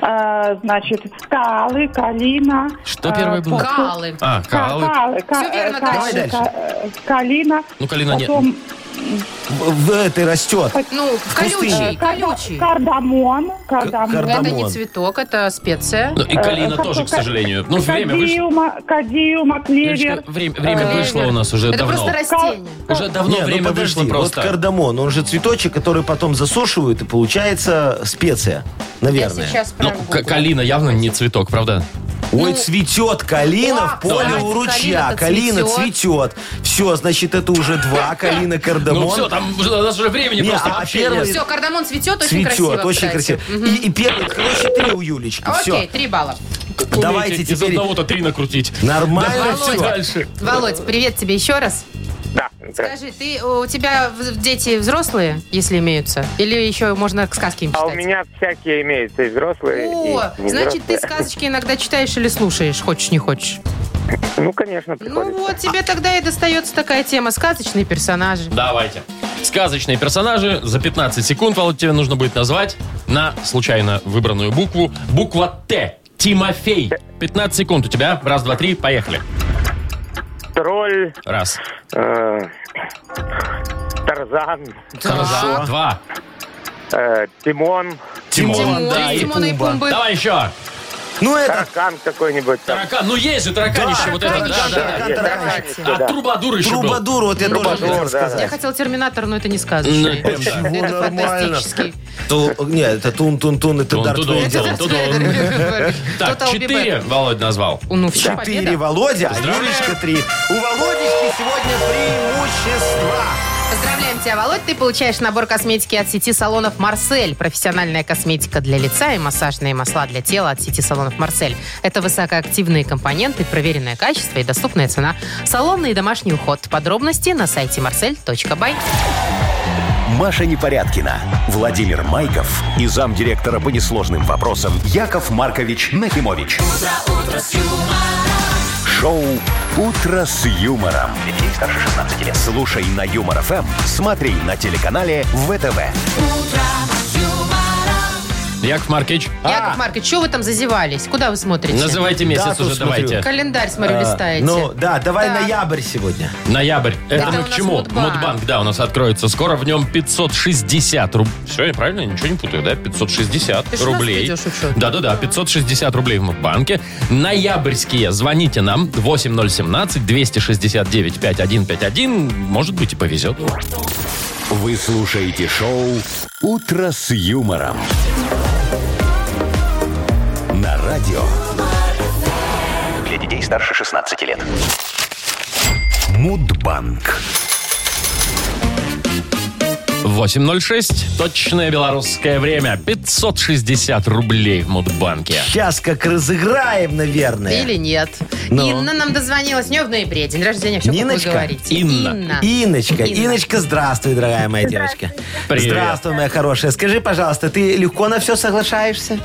Speaker 7: Э, значит, калы, калина.
Speaker 1: Что первое было?
Speaker 2: Калы.
Speaker 1: А,
Speaker 7: Калы.
Speaker 1: калы.
Speaker 7: ка-
Speaker 2: Всё верно,
Speaker 7: э,
Speaker 2: дальше.
Speaker 7: калы, ка- э, Калина.
Speaker 1: Ну, калина нет.
Speaker 7: Потом
Speaker 3: В в этой растет.
Speaker 2: Ну, колючий,
Speaker 3: Кусты.
Speaker 2: колючий.
Speaker 7: кардамон. Кардамон.
Speaker 3: карда-
Speaker 2: Это не
Speaker 3: Кардамон.
Speaker 2: цветок, это специя.
Speaker 1: Ну, и Калина тоже, к сожалению. Ну, время вышло.
Speaker 7: Кадиума, кадиума, клевер.
Speaker 1: Юлечка, время, время
Speaker 2: Клевер.
Speaker 1: вышло у нас уже
Speaker 2: Это
Speaker 1: давно.
Speaker 2: просто растение.
Speaker 1: Уже давно
Speaker 3: Не, ну
Speaker 1: время
Speaker 3: подожди,
Speaker 1: вышло просто.
Speaker 3: Вот кардамон, он же цветочек, который потом засушивают, и получается специя,
Speaker 2: Я
Speaker 3: наверное.
Speaker 2: сейчас
Speaker 1: Ну, к-
Speaker 2: прогуглю.
Speaker 1: калина явно не цветок, правда?
Speaker 3: Ой,
Speaker 2: Ну,
Speaker 3: цветет калина
Speaker 2: да,
Speaker 3: в поле
Speaker 2: кстати,
Speaker 3: у ручья.
Speaker 2: калина-то
Speaker 3: Калина цветет. Все, значит, это уже два. Калина, кардамон.
Speaker 1: Ну все, там уже- у нас уже времени
Speaker 3: Не,
Speaker 1: просто
Speaker 3: а
Speaker 1: вообще
Speaker 3: первый-
Speaker 1: нет.
Speaker 2: Все, кардамон цветет, очень
Speaker 3: Цветет,
Speaker 2: красиво.
Speaker 3: очень
Speaker 2: кстати.
Speaker 3: красиво. И, и первый, короче, три у Юлечки.
Speaker 2: Окей,
Speaker 3: Все,
Speaker 2: три балла.
Speaker 3: давайте
Speaker 1: Умеете Из
Speaker 3: теперь
Speaker 1: одного-то три накрутить.
Speaker 3: нормально
Speaker 1: Давай
Speaker 3: все.
Speaker 1: дальше.
Speaker 2: Володь, привет тебе еще раз.
Speaker 6: Да.
Speaker 2: Скажи, ты, у тебя в- дети взрослые, если имеются? Или еще можно сказки им читать?
Speaker 6: А у меня всякие имеются, и взрослые,
Speaker 2: О,
Speaker 6: и не
Speaker 2: значит, ты
Speaker 6: взрослые.
Speaker 2: сказочки иногда читаешь или слушаешь, хочешь, не хочешь.
Speaker 6: Ну, конечно,
Speaker 2: Ну
Speaker 6: приходится.
Speaker 2: вот, тебе тогда и достается такая тема. Сказочные персонажи.
Speaker 1: Давайте. Сказочные персонажи. За 15 секунд, Володь, тебе нужно будет назвать на случайно выбранную букву. Буква Т. Тимофей. 15 секунд у тебя. Раз, два, три. Поехали.
Speaker 6: Тролль,
Speaker 1: Раз.
Speaker 6: э, Тарзан,
Speaker 1: Хорошо. Два.
Speaker 6: э, Тимон,
Speaker 1: Тимон.
Speaker 2: Тимон,
Speaker 1: да, и
Speaker 2: Тимона и
Speaker 3: Пумба.
Speaker 2: Пумбы.
Speaker 1: Давай еще.
Speaker 3: Ну это...
Speaker 6: Таракан какой-нибудь там.
Speaker 1: Таракан. Ну есть же тараканище. вот это. Да, да,
Speaker 3: тараканище,
Speaker 1: да.
Speaker 3: таракан, таракан.
Speaker 6: тараканище,
Speaker 1: А
Speaker 6: да.
Speaker 1: трубадур еще был.
Speaker 3: Трубадур, вот я тоже
Speaker 6: Трубадур,
Speaker 3: хотел
Speaker 6: да,
Speaker 3: сказать.
Speaker 2: Я хотела Терминатор, но это не
Speaker 1: Ну,
Speaker 2: сказочный.
Speaker 1: это да.
Speaker 2: Это
Speaker 3: Нормально.
Speaker 2: фантастический.
Speaker 3: Ту- не, это тун-тун-тун, это
Speaker 1: Тун-тун-тун.
Speaker 3: Дарт Вейдер.
Speaker 1: Это Тун-тун. Так,
Speaker 2: Кто-то
Speaker 1: четыре Володь назвал.
Speaker 2: Ну, все,
Speaker 3: Четыре,
Speaker 2: победа.
Speaker 3: Володя, а
Speaker 1: Поздравляю.
Speaker 3: Юлечка три. У Володечки сегодня преимущество.
Speaker 2: Поздравляем тебя, Володь. Ты получаешь набор косметики от сети салонов «Марсель». Профессиональная косметика для лица и массажные масла для тела от сети салонов «Марсель». Это высокоактивные компоненты, проверенное качество и доступная цена. Салонный и домашний уход. Подробности на сайте marcel.by.
Speaker 4: Маша Непорядкина, Владимир Майков и замдиректора по несложным вопросам Яков Маркович Нахимович. Шоу Утро с юмором. Детей старше 16 лет. Слушай на юмор ФМ, смотри на телеканале ВТВ.
Speaker 1: Яков Маркич,
Speaker 3: А.
Speaker 2: Яков Маркович, что вы там зазевались? Куда вы смотрите?
Speaker 1: называйте месяц
Speaker 3: Дату
Speaker 1: уже,
Speaker 3: смотрю.
Speaker 1: давайте.
Speaker 2: Календарь, смотрю,
Speaker 3: А,
Speaker 2: листаете.
Speaker 3: Ну да, давай
Speaker 2: Да.
Speaker 3: ноябрь сегодня.
Speaker 1: Ноябрь. Это
Speaker 2: Это у
Speaker 1: мы к
Speaker 2: нас
Speaker 1: чему?
Speaker 2: Мудбанк.
Speaker 1: Мудбанк, да, у нас откроется скоро. В нем 560 рублей. Все, я правильно ничего не путаю, да? 560
Speaker 2: Ты ж у нас
Speaker 1: рублей.
Speaker 2: ведешь учет.
Speaker 1: Да-да-да, 560 рублей в Мудбанке. Ноябрьские. Звоните нам 8017-269-5151. Может быть и повезет.
Speaker 4: Вы слушаете шоу Утро с юмором. На радио
Speaker 5: Для детей старше 16 лет.
Speaker 4: Мудбанк.
Speaker 1: 8.06, точное белорусское время, 560 рублей в Мудбанке.
Speaker 3: Сейчас как разыграем, наверное.
Speaker 2: Или нет.
Speaker 3: Ну.
Speaker 2: Инна нам дозвонилась. У нее в ноябре день рождения. Все, как вы
Speaker 3: Ниночка?
Speaker 2: говорите.
Speaker 1: Инна.
Speaker 3: Иночка,
Speaker 2: Инна.
Speaker 3: Иночка, здравствуй, дорогая моя девочка.
Speaker 1: Привет.
Speaker 3: Здравствуй, моя хорошая. Скажи, пожалуйста, ты легко на все соглашаешься?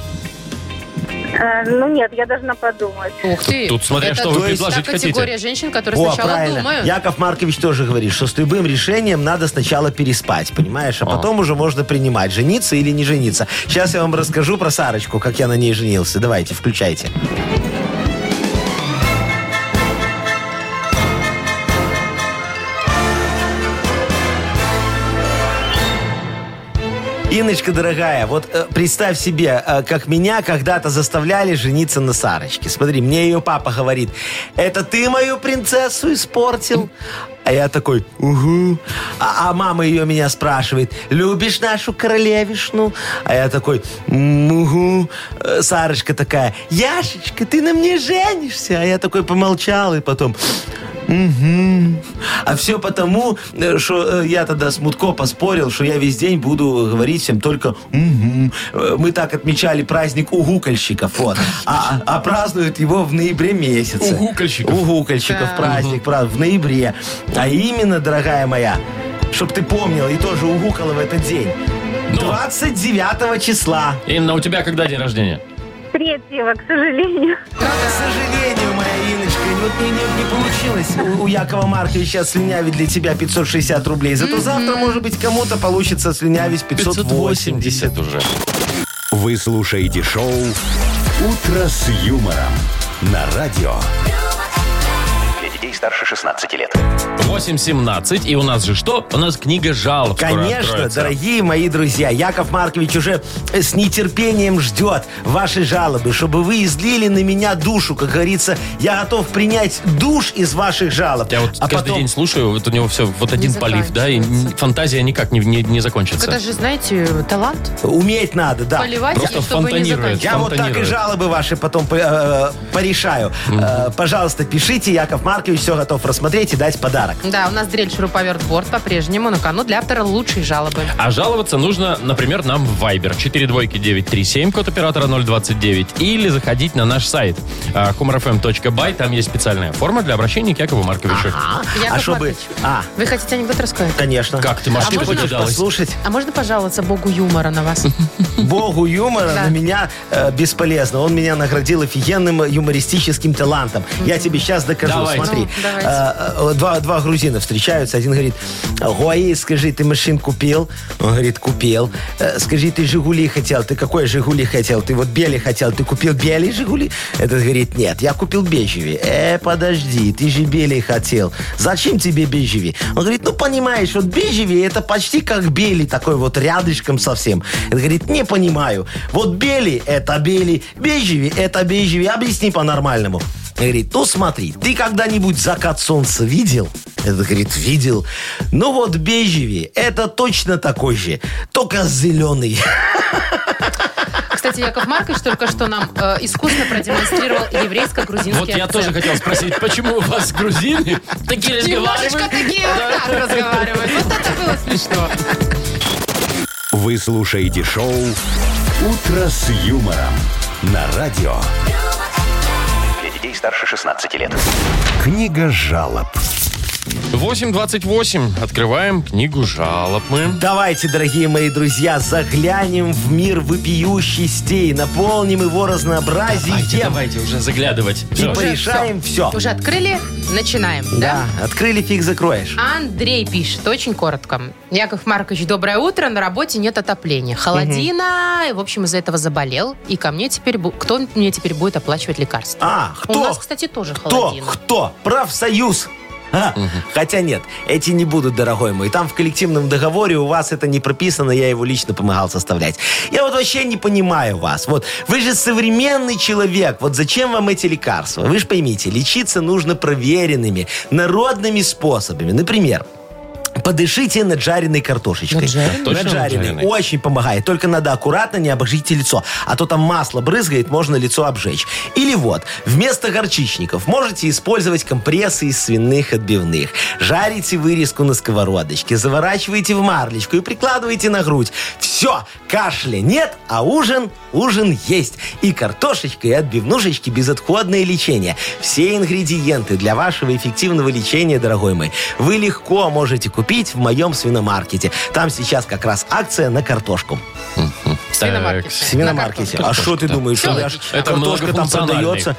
Speaker 8: Э, Ну нет, я должна подумать.
Speaker 2: Ух ты.
Speaker 1: тут смотря,
Speaker 2: Это
Speaker 1: что вы
Speaker 2: та
Speaker 1: предложить
Speaker 2: категория женщин, которые
Speaker 3: О,
Speaker 2: сначала
Speaker 3: правильно.
Speaker 2: думают.
Speaker 3: Яков Маркович тоже говорит, что с любым решением надо сначала переспать, понимаешь? А потом уже можно принимать, жениться или не жениться. Сейчас я вам расскажу про Сарочку, как я на ней женился. Давайте, включайте. Иночка, дорогая, вот э, представь себе, э, как меня когда-то заставляли жениться на Сарочке. Смотри, мне ее папа говорит, это ты мою принцессу испортил? А я такой, угу. А, а мама ее меня спрашивает, любишь нашу королевишну? А я такой, «М, угу. Э, Сарочка такая, Яшечка, ты на мне женишься? А я такой помолчал и потом, Мгм. А все потому, э, что э, я тогда с Мутко поспорил, что я весь день буду говорить всем только «мгм». Э, Мы так отмечали праздник угукольщиков, вот. А, а празднуют его в ноябре месяце.
Speaker 1: Угукольщиков.
Speaker 3: Угукольщиков праздник, прав- в ноябре. А именно, дорогая моя, чтобы ты помнила и тоже угукала в этот день. 29 числа.
Speaker 1: Инна, у тебя когда день рождения?
Speaker 8: Третьего, к сожалению.
Speaker 3: К сожалению, моя Иночка, вот не, не- не получилось у, у Якова Марковича слинявить для тебя 560 рублей. Зато завтра, может быть, кому-то получится слинявить 580.
Speaker 1: уже.
Speaker 4: Вы слушаете шоу «Утро с юмором» на радио.
Speaker 5: Для детей старше 16 лет.
Speaker 1: 8.17, и у нас же что? У нас книга жалоб. скоро
Speaker 3: Конечно,
Speaker 1: откроется.
Speaker 3: дорогие мои друзья, Яков Маркович уже э, с нетерпением ждет ваши жалобы, чтобы вы излили на меня душу, как говорится, я готов принять душ из ваших жалоб.
Speaker 1: Я вот
Speaker 3: а
Speaker 1: каждый
Speaker 3: потом-
Speaker 1: день слушаю, вот у него все, вот один полив, да, и н- фантазия никак не, не, не закончится.
Speaker 2: Это же, знаете, талант.
Speaker 3: Уметь надо, да.
Speaker 2: Поливать,
Speaker 1: Просто
Speaker 2: и чтобы не
Speaker 1: фонтанирует.
Speaker 3: Я
Speaker 2: закончилось.
Speaker 3: вот так и
Speaker 1: фонтанирует.
Speaker 3: жалобы ваши потом э, порешаю. Э, пожалуйста, пишите. Яков Маркович все готов рассмотреть и дать подарок.
Speaker 2: Да, у нас дрель шуруповерт борт по-прежнему на кону для автора лучшей жалобы.
Speaker 1: А жаловаться нужно, например, нам в Viber 42937, код оператора 029, или заходить на наш сайт э, humorfm.by, там есть специальная форма для обращения к Якову Марковичу.
Speaker 2: Яков
Speaker 3: а чтобы...
Speaker 2: Маркович,
Speaker 3: А,
Speaker 2: Вы хотите анекдот рассказать?
Speaker 3: конечно.
Speaker 1: Как ты,
Speaker 3: А
Speaker 1: Машка,
Speaker 3: можно
Speaker 1: догадалась?
Speaker 3: послушать?
Speaker 2: А можно пожаловаться богу юмора на вас?
Speaker 3: Богу юмора
Speaker 2: Да.
Speaker 3: на меня э, бесполезно. Он меня наградил офигенным э, юмористическим талантом. Я тебе сейчас докажу.
Speaker 1: Давайте.
Speaker 3: Смотри.
Speaker 2: Ну, давайте.
Speaker 3: Э, э, два, два грузина встречаются. Один говорит, Гуаи, скажи, ты машин купил? Он говорит, купил. «Э, Скажи, ты Жигули хотел? Ты какой Жигули хотел? Ты вот белый хотел. Ты купил белый Жигули? Этот говорит, нет, я купил бежевый. Э, подожди, ты же белый хотел. Зачем тебе бежевый? Он говорит, ну понимаешь, вот бежевый это почти как белый такой вот рядышком совсем. Он говорит, не понимаю. Вот белый это белый, бежевый это бежевый. Объясни по-нормальному. Он Говорит, ну смотри, ты когда-нибудь закат солнца видел? Этот говорит, видел. Ну вот бежевый, это точно такой же, только зеленый.
Speaker 2: Кстати, Яков Маркович только что нам э, искусно продемонстрировал еврейско-грузинский
Speaker 1: Вот я
Speaker 2: акцент.
Speaker 1: тоже хотел спросить, почему у вас грузины такие
Speaker 2: Немножечко
Speaker 1: разговаривают?
Speaker 2: такие вот так разговаривают. Вот это было смешно.
Speaker 4: Вы слушаете шоу «Утро с юмором» на радио.
Speaker 5: Для детей старше 16 лет.
Speaker 4: Книга жалоб.
Speaker 1: 8.28, открываем книгу жалоб мы.
Speaker 3: Давайте, дорогие мои друзья, заглянем в мир вопиющестей, наполним его разнообразием
Speaker 1: Давайте, давайте уже заглядывать.
Speaker 3: и
Speaker 1: Всё.
Speaker 3: порешаем все.
Speaker 2: Уже открыли, начинаем, да?
Speaker 3: Да, открыли фиг закроешь.
Speaker 2: Андрей пишет, очень коротко. Яков Маркович, доброе утро. На работе нет отопления. Холодина. И, в общем, из-за этого заболел. И ко мне теперь... бу- Кто мне теперь будет оплачивать лекарства?
Speaker 3: А, кто?
Speaker 2: У нас, кстати, тоже
Speaker 3: Кто?
Speaker 2: холодина.
Speaker 3: Кто? Профсоюз. А, Хотя нет, эти не будут, дорогой мой. Там в коллективном договоре у вас это не прописано, я его лично помогал составлять. Я вот вообще не понимаю вас. Вот вы же современный человек. Вот зачем вам эти лекарства? Вы же поймите, лечиться нужно проверенными, народными способами. Например, Подышите над жареной картошечкой.
Speaker 2: Наджаренной?
Speaker 1: Точно наджаренной?
Speaker 3: жареной. Очень помогает. Только надо аккуратно, не обожгите лицо. А то там масло брызгает, можно лицо обжечь. Или вот, вместо горчичников можете использовать компрессы из свиных отбивных. Жарите вырезку на сковородочке, заворачиваете в марлечку и прикладываете на грудь. Все, кашля нет, а ужин, ужин есть. И картошечка, и отбивнушечки, безотходное лечение. Все ингредиенты для вашего эффективного лечения, дорогой мой, вы легко можете купить в моем свиномаркете. Там сейчас как раз акция на картошку.
Speaker 2: В свиномаркете.
Speaker 3: В свиномаркете. А что ты думаешь, у
Speaker 2: Всё,
Speaker 3: меня ж
Speaker 1: Это
Speaker 3: картошка там
Speaker 1: многофункциональный.
Speaker 3: продается?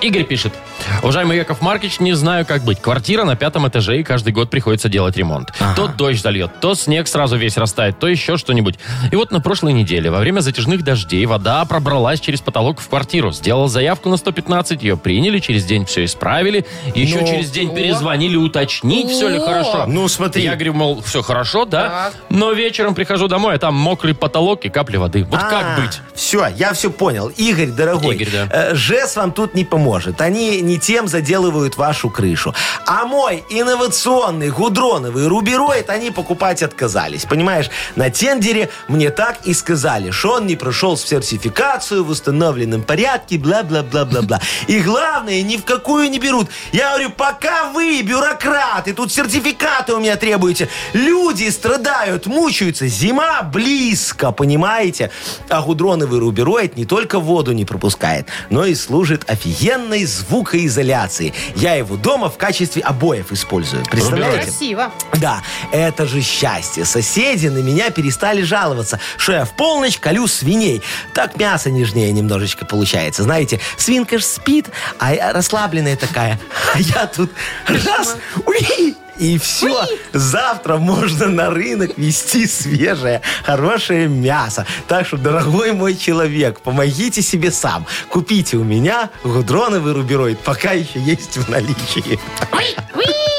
Speaker 1: Игорь пишет. Уважаемый Яков Маркич, не знаю, как быть. Квартира на пятом этаже, и каждый год приходится делать ремонт. То дождь зальет, то снег сразу весь растает, то еще что-нибудь. И вот на прошлой неделе, во время затяжных дождей, вода пробралась через потолок в квартиру. Сделал заявку на 115, ее приняли, через день все исправили. Еще
Speaker 3: Ну.
Speaker 1: через день перезвонили уточнить, все ли
Speaker 2: О.
Speaker 1: хорошо.
Speaker 3: Ну, смотри.
Speaker 1: Я говорю, мол, все хорошо, да?
Speaker 2: Так.
Speaker 1: Но вечером прихожу домой, а там мокрый потолок и капли воды.
Speaker 3: А.
Speaker 1: Вот как быть?
Speaker 3: Все, я все понял. Игорь, дорогой,
Speaker 1: Игорь, да.
Speaker 3: э, ЖЭС вам тут не поможет. Они не тем заделывают вашу крышу. А мой инновационный гудроновый рубероид они покупать отказались. Понимаешь, на тендере мне так и сказали, что он не прошел сертификацию в установленном порядке, бла-бла-бла-бла-бла. И главное, ни в какую не берут. Я говорю, пока вы, бюрократы, тут сертификаты у меня требуете. Люди страдают, мучаются. Зима близко, понимаете? А гудроновый рубероид не только воду не пропускает, но и служит офигенной звукоизоляцией. Я его дома в качестве обоев использую. Представляете?
Speaker 2: Ну, Красиво.
Speaker 3: Да, это же счастье. Соседи на меня перестали жаловаться, что я в полночь колю свиней. Так мясо нежнее немножечко получается. Знаете, свинка ж спит, а я расслабленная такая. А я тут раз, уи, и все. Завтра можно на рынок вести свежее, хорошее мясо. Так что, дорогой мой человек, помогите себе сам. Купите у меня гудроновый рубероид, пока еще есть в наличии.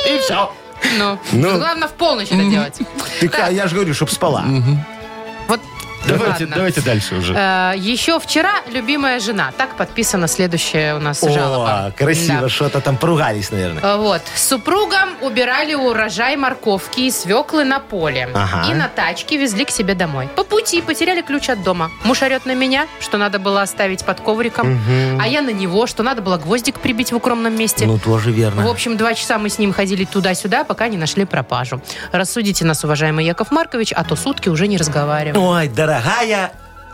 Speaker 1: И все.
Speaker 2: Ну,
Speaker 3: Ну.
Speaker 2: главное в полночь это делать.
Speaker 3: Так, а я же говорю, чтоб спала.
Speaker 2: Вот
Speaker 1: Давайте,
Speaker 2: ладно.
Speaker 1: давайте дальше уже.
Speaker 2: Э, Еще вчера любимая жена. Так подписана следующая у нас жалоба.
Speaker 3: О, красиво,
Speaker 2: Да.
Speaker 3: что-то там поругались, наверное.
Speaker 2: Э, Вот. С супругом убирали урожай морковки и свеклы на поле.
Speaker 3: Ага.
Speaker 2: И на тачке везли к себе домой. По пути потеряли ключ от дома. Муж орет на меня, что надо было оставить под ковриком. А я на него, что надо было гвоздик прибить в укромном месте.
Speaker 3: Ну, тоже
Speaker 2: В
Speaker 3: верно.
Speaker 2: общем, два часа мы с ним ходили туда-сюда, пока не нашли пропажу. Рассудите нас, уважаемый Яков Маркович, а то сутки уже не разговариваем.
Speaker 3: Ну, Ой, дорогая,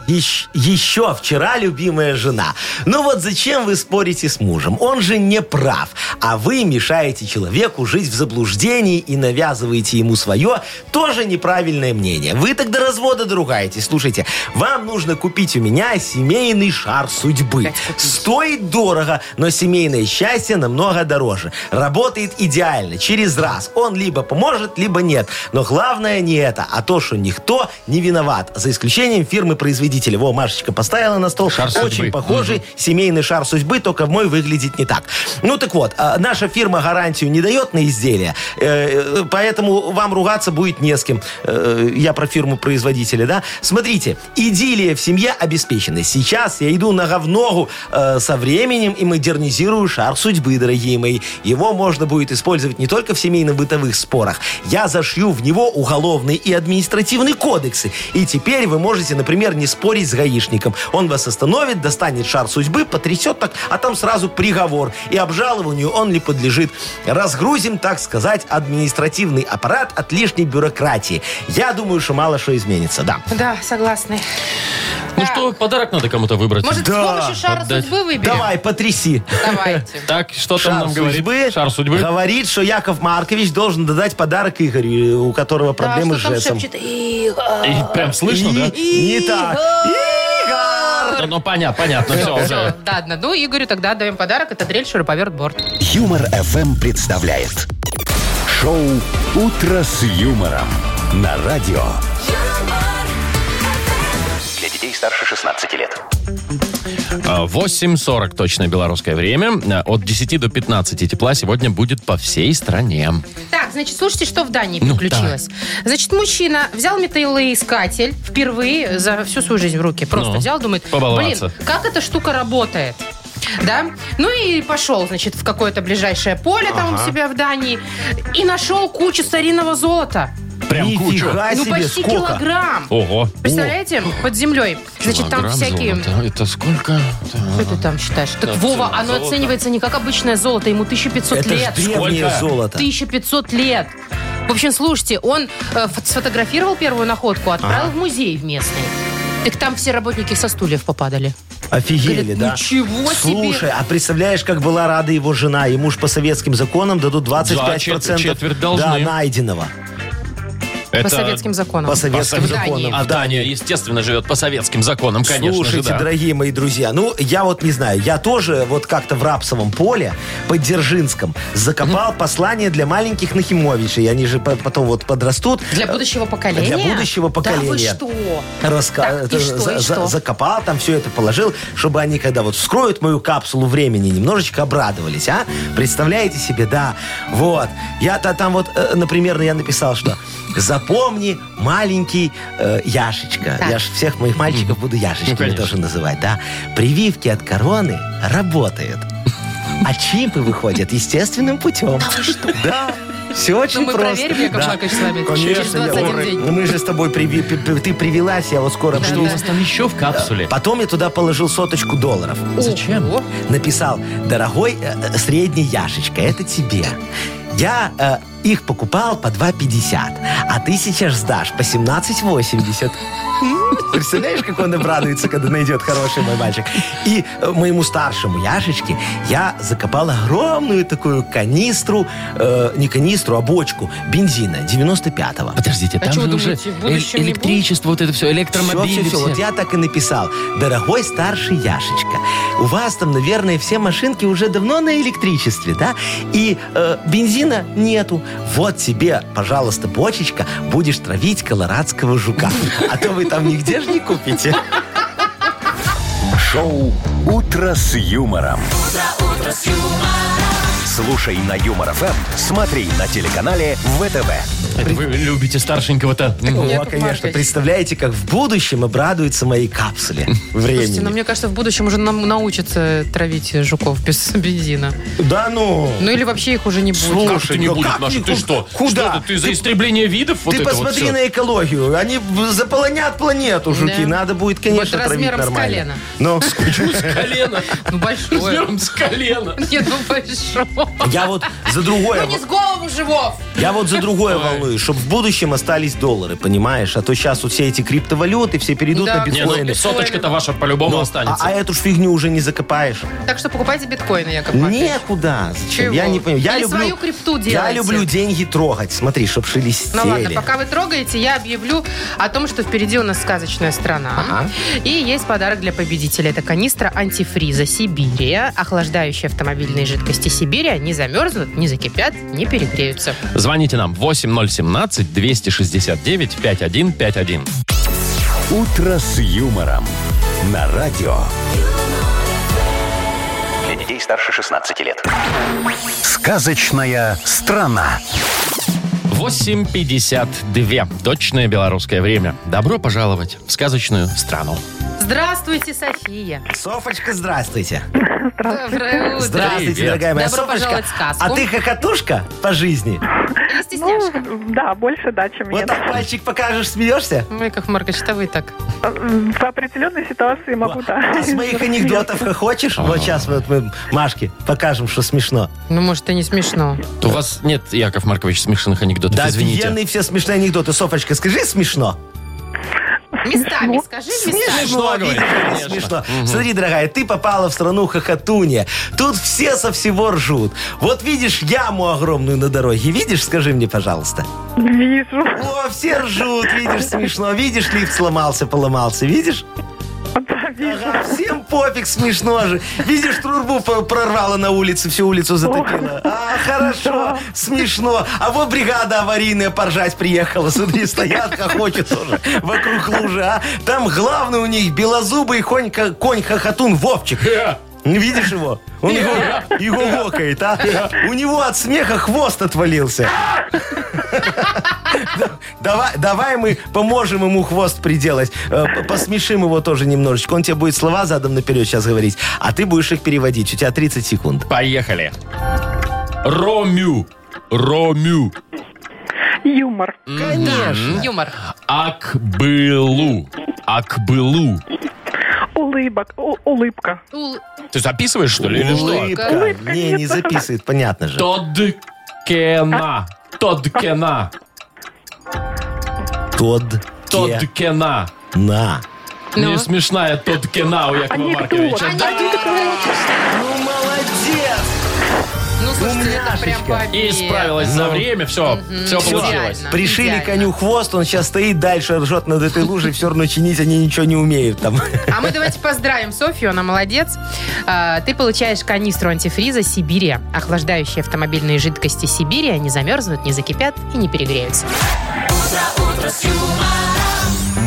Speaker 3: ещ- еще вчера любимая жена. Ну вот зачем вы спорите с мужем? Он же не прав. А вы мешаете человеку жить в заблуждении и навязываете ему свое тоже неправильное мнение. Вы тогда развода доругаетесь. Слушайте, вам нужно купить у меня семейный шар судьбы. Стоит дорого, но семейное счастье намного дороже. Работает идеально, через раз. Он либо поможет, либо нет. Но главное не это, а то, что никто не виноват. За исключением фирмы-производителя. Во, Машечка поставила на стол.
Speaker 1: Шар судьбы.
Speaker 3: Очень похожий семейный шар судьбы, только мой выглядит не так. Ну так вот, а, наша фирма гарантию не дает на изделия, э, поэтому вам ругаться будет не с кем. Э, Я про фирму-производителя, да? Смотрите, идиллия в семье обеспечена. Сейчас я иду нога в ногу э, со временем и модернизирую шар судьбы, дорогие мои. Его можно будет использовать не только в семейно-бытовых спорах. Я зашью в него уголовный и административный кодексы. И теперь вы можете, например, не спорить с гаишником. Он вас остановит, достанет шар судьбы, потрясет так, а там сразу приговор. И обжалованию он ли подлежит. Разгрузим, так сказать, административный аппарат от лишней бюрократии. Я думаю, что мало что изменится, да.
Speaker 2: Да, согласны.
Speaker 1: Ну что, подарок надо кому-то выбрать.
Speaker 2: Может,
Speaker 3: Да,
Speaker 2: с помощью шара
Speaker 1: отдать.
Speaker 2: судьбы выберем?
Speaker 3: Давай, потряси.
Speaker 2: Давайте.
Speaker 1: Так, что там
Speaker 3: Шар
Speaker 1: нам
Speaker 3: судьбы,
Speaker 1: говорит? Шар судьбы.
Speaker 3: говорит, что Яков Маркович должен додать подарок Игорю, у которого проблемы
Speaker 2: Да,
Speaker 3: с
Speaker 2: что там
Speaker 3: жесом.
Speaker 2: шепчет? Игорь.
Speaker 1: И прям слышно, да?
Speaker 3: И- Не так. Игорь!
Speaker 1: Да, Ну, понятно, понятно, все
Speaker 2: Всё,
Speaker 1: уже.
Speaker 2: Ладно, ну Игорю тогда отдаем подарок. Это дрель, шуруповерт, борт.
Speaker 4: Юмор FM представляет шоу Утро с юмором на радио.
Speaker 5: Для детей старше 16 лет.
Speaker 1: А, 8.40 точно белорусское время. А, От 10 до 15 тепла сегодня будет по всей стране.
Speaker 2: Так, значит, слушайте, что в Дании
Speaker 1: Ну,
Speaker 2: приключилось. Значит, мужчина взял металлоискатель впервые за всю свою жизнь в руки. Просто
Speaker 1: Ну,
Speaker 2: взял, думает,
Speaker 1: побаловаться.
Speaker 2: блин, как эта штука работает? да? Ну и пошел, значит, в какое-то ближайшее поле там у себя в Дании и нашел кучу старинного золота.
Speaker 1: Прям кучу.
Speaker 3: Нифига
Speaker 2: ну,
Speaker 3: себе,
Speaker 2: почти
Speaker 3: сколько?
Speaker 2: килограмм.
Speaker 1: Ого.
Speaker 2: Представляете, под землей. Значит, там
Speaker 1: Килограмм
Speaker 2: всякие...
Speaker 1: золота. Это сколько?
Speaker 2: Что ты там считаешь? Так,
Speaker 1: Да, цена
Speaker 2: Вова, оно
Speaker 1: золота.
Speaker 2: оценивается не как обычное золото, ему 1500
Speaker 3: Это
Speaker 2: лет.
Speaker 3: ж древнее
Speaker 1: Сколько?
Speaker 3: золото.
Speaker 2: 1500 лет. В общем, слушайте, он э, ф- сфотографировал первую находку, отправил в музей в местный. Так там все работники со стульев попадали.
Speaker 3: Офигели,
Speaker 2: Говорит,
Speaker 3: да?
Speaker 2: «Ничего себе!»
Speaker 3: Слушай, а представляешь, как была рада его жена? Ему ж по советским законам дадут 25%
Speaker 1: Да, четверть- четверть должны.
Speaker 3: да, найденного.
Speaker 1: Это
Speaker 2: По советским законам.
Speaker 3: По советским
Speaker 2: В Дании.
Speaker 3: законам.
Speaker 1: А Дания, естественно, живет по советским законам, Ну, конечно
Speaker 3: Слушайте,
Speaker 1: же, да.
Speaker 3: дорогие мои друзья, ну, я вот не знаю, я тоже вот как-то в рапсовом поле под Дзержинском закопал послание для маленьких Нахимовичей. Они же по- потом вот подрастут.
Speaker 2: Для будущего поколения?
Speaker 3: Для будущего
Speaker 2: Да вы
Speaker 3: поколения.
Speaker 2: что?
Speaker 3: Раска-
Speaker 2: Так, и
Speaker 3: э,
Speaker 2: что,
Speaker 3: за-
Speaker 2: и
Speaker 3: за-
Speaker 2: что?
Speaker 3: закопал, там все это положил, чтобы они, когда вот вскроют мою капсулу времени, немножечко обрадовались, а? Представляете себе, да. Вот. Я-то там вот, э, например, я написал, что запомни, маленький э, Яшечка.
Speaker 2: Так.
Speaker 3: Я ж всех моих мальчиков буду
Speaker 1: Ну,
Speaker 3: Яшечками
Speaker 1: конечно.
Speaker 3: тоже называть, да. Прививки от короны работают. А чипы выходят естественным путем. Да. Все
Speaker 2: А Ну,
Speaker 3: очень
Speaker 2: мы
Speaker 3: просто.
Speaker 2: проверим, Яков
Speaker 3: Да.
Speaker 2: Маркович, с вами через
Speaker 3: Конечно,
Speaker 2: 21
Speaker 3: Егор.
Speaker 2: день.
Speaker 3: Ну, Мы же с тобой приви- пи- пи- ты привелась, я вот скоро
Speaker 2: Да,
Speaker 3: приду. А
Speaker 1: Что у вас там еще в капсуле?
Speaker 3: Потом я туда положил соточку долларов.
Speaker 1: Зачем?
Speaker 2: Ого.
Speaker 3: Написал, дорогой э, э, средний Яшечка, это тебе. Я э, их покупал по 2,50, а ты сейчас сдашь по 17,80. Представляешь, как он обрадуется, когда найдет хороший мой мальчик. И э, моему старшему Яшечке я закопал огромную такую канистру, э, не канистру, а бочку бензина 95-го.
Speaker 1: Подождите, там
Speaker 2: что
Speaker 1: же
Speaker 2: вы
Speaker 1: уже
Speaker 2: думаете, в
Speaker 1: эль-
Speaker 2: будущем не будет?
Speaker 1: электричество, вот это все,
Speaker 3: Все,
Speaker 1: электромобили.
Speaker 3: все, все.
Speaker 1: все.
Speaker 3: Вот я так и написал. Дорогой старший Яшечка, у вас там, наверное, все машинки уже давно на электричестве, да? И э, бензина нету. Вот тебе, пожалуйста, бочечка, будешь травить колорадского жука. А то вы там нигде же не купите.
Speaker 4: Шоу «Утро с юмором». Слушай на Юмор ФМ, смотри на телеканале ВТВ.
Speaker 1: Это вы любите старшенького-то. Мгм.
Speaker 3: О,
Speaker 2: Яков
Speaker 3: конечно.
Speaker 2: Маркович.
Speaker 3: Представляете, как в будущем обрадуются моей капсуле
Speaker 2: Слушайте, ну
Speaker 3: времени.
Speaker 2: мне кажется, в будущем уже нам научатся травить жуков без бензина.
Speaker 3: Да ну!
Speaker 2: Ну или вообще их уже не будет.
Speaker 3: Слушай,
Speaker 1: Как ты не
Speaker 3: ну
Speaker 1: будет,
Speaker 3: как
Speaker 1: Маша,
Speaker 3: не
Speaker 1: ты
Speaker 3: ку-
Speaker 1: что?
Speaker 3: куда?
Speaker 1: Что ты, ты за истребление видов? вот
Speaker 3: Ты
Speaker 1: это вот
Speaker 3: посмотри
Speaker 1: всё?
Speaker 3: на экологию. Они в- заполонят планету, жуки.
Speaker 2: Да.
Speaker 3: Надо будет, конечно,
Speaker 2: Вот
Speaker 3: травить
Speaker 2: размером с
Speaker 3: нормально. Ну,
Speaker 2: колено.
Speaker 3: Но
Speaker 1: С колена.
Speaker 2: Ну большое.
Speaker 1: Размером с колена.
Speaker 2: Нет, ну большое.
Speaker 3: я вот за другое...
Speaker 2: Ну не с голову живов.
Speaker 3: Я вот за другое волнуюсь, чтобы в будущем остались доллары, понимаешь? А то сейчас вот все эти криптовалюты, все перейдут
Speaker 2: Да.
Speaker 3: на
Speaker 1: Не, ну
Speaker 3: биткоины.
Speaker 1: соточка-то ваша по-любому
Speaker 3: А,
Speaker 1: останется.
Speaker 3: а эту ж фигню уже не закопаешь.
Speaker 2: Так что покупайте биткоины, Яков Маркович.
Speaker 3: Некуда. Зачем?
Speaker 2: Чего?
Speaker 3: Я не понимаю. Я
Speaker 2: Или
Speaker 3: люблю,
Speaker 2: свою крипту
Speaker 3: я
Speaker 2: делайте.
Speaker 3: люблю деньги трогать. Смотри, чтоб шелестели.
Speaker 2: Ну ладно, пока вы трогаете, я объявлю о том, что впереди у нас сказочная страна.
Speaker 3: Ага.
Speaker 2: И есть подарок для победителя. Это канистра антифриза Сибирия, охлаждающая автомобильные жидкости Сибирия. Не замерзнут, не закипят, не перегреются.
Speaker 3: а-
Speaker 1: Звоните нам 8017-269-5151.
Speaker 4: «Утро с юмором» на радио.
Speaker 5: Для детей старше 16 лет.
Speaker 4: Сказочная страна.
Speaker 1: 8.52. Точное белорусское время. Добро пожаловать в сказочную страну.
Speaker 2: Здравствуйте, София.
Speaker 3: Софочка, здравствуйте.
Speaker 2: Доброе утро.
Speaker 3: Здравствуйте,
Speaker 1: Привет.
Speaker 3: дорогая моя
Speaker 2: Добро
Speaker 3: Софочка.
Speaker 2: пожаловать в сказку.
Speaker 3: А ты хохотушка по жизни?
Speaker 2: Или стесняшка?
Speaker 8: Ну, да, больше да, чем
Speaker 3: Вот
Speaker 8: нет.
Speaker 3: так пальчик покажешь, смеешься?
Speaker 2: Ой, как Маркович, что вы так?
Speaker 8: Э, По определенной ситуации могу, да.
Speaker 3: А с моих анекдотов хохочешь? Вот сейчас вот мы Машке покажем, что смешно.
Speaker 2: Ну, может, и не смешно.
Speaker 1: У вас нет, Яков Маркович, смешанных анекдотов,
Speaker 3: Да,
Speaker 1: извините.
Speaker 3: офигенные все смешные анекдоты. Софочка, скажи смешно.
Speaker 2: Местами, скажи местами.
Speaker 1: Смешно, говорит,
Speaker 3: видите ли,
Speaker 1: конечно.
Speaker 3: смешно. Смотри, дорогая, ты попала в страну хохотунья. Тут все со всего ржут. Вот видишь яму огромную на дороге. Видишь, скажи мне, пожалуйста.
Speaker 8: Вижу.
Speaker 3: О, все ржут, видишь, смешно. Видишь, лифт сломался, поломался, видишь?
Speaker 8: Да, вижу.
Speaker 3: Ага, всем пофиг, смешно же. Видишь, трубу по- прорвало на улице, всю улицу затопило. А, хорошо, смешно. А вот бригада аварийная поржать приехала. Смотри, стоят, хохочет тоже вокруг лужи, а. Там главный у них белозубый конь-ка- конь-хохотун Вовчик. Не видишь его? Он его, его вокает, а? У него от смеха хвост отвалился. Давай, давай мы поможем ему хвост приделать. Э, п- Посмешим его тоже немножечко. Он тебе будет слова задом наперед сейчас говорить, а ты будешь их переводить. У тебя 30 секунд.
Speaker 1: Поехали. Ромю. Ромю.
Speaker 8: Юмор.
Speaker 3: Конечно.
Speaker 2: Юмор.
Speaker 1: Акбылу. Акбылу.
Speaker 8: Улыбок. у- улыбка.
Speaker 2: Ул-
Speaker 1: Ты записываешь, что ли, или что?
Speaker 3: Улыбка. Не, не записывает, понятно же.
Speaker 1: Тодкена. Тодкена.
Speaker 3: Тод. те-
Speaker 1: Тодкена.
Speaker 3: На.
Speaker 2: Ну.
Speaker 1: Не смешная Тодкена у Якова Марковича. Да.
Speaker 3: Ну, молодец.
Speaker 2: Ну, слушайте, это прям
Speaker 3: Умняшечка.
Speaker 2: победа.
Speaker 1: И справилась за время, все, все
Speaker 2: Всё.
Speaker 1: получилось.
Speaker 2: Идеально.
Speaker 3: Пришили
Speaker 2: Идеально.
Speaker 3: коню хвост, он сейчас стоит дальше, ржет над этой лужей, все равно чинить они ничего не умеют там.
Speaker 2: А мы давайте поздравим Софью, она молодец. А, Ты получаешь канистру антифриза Сибири. Охлаждающие автомобильные жидкости Сибири, они замерзнут, не закипят и не перегреются.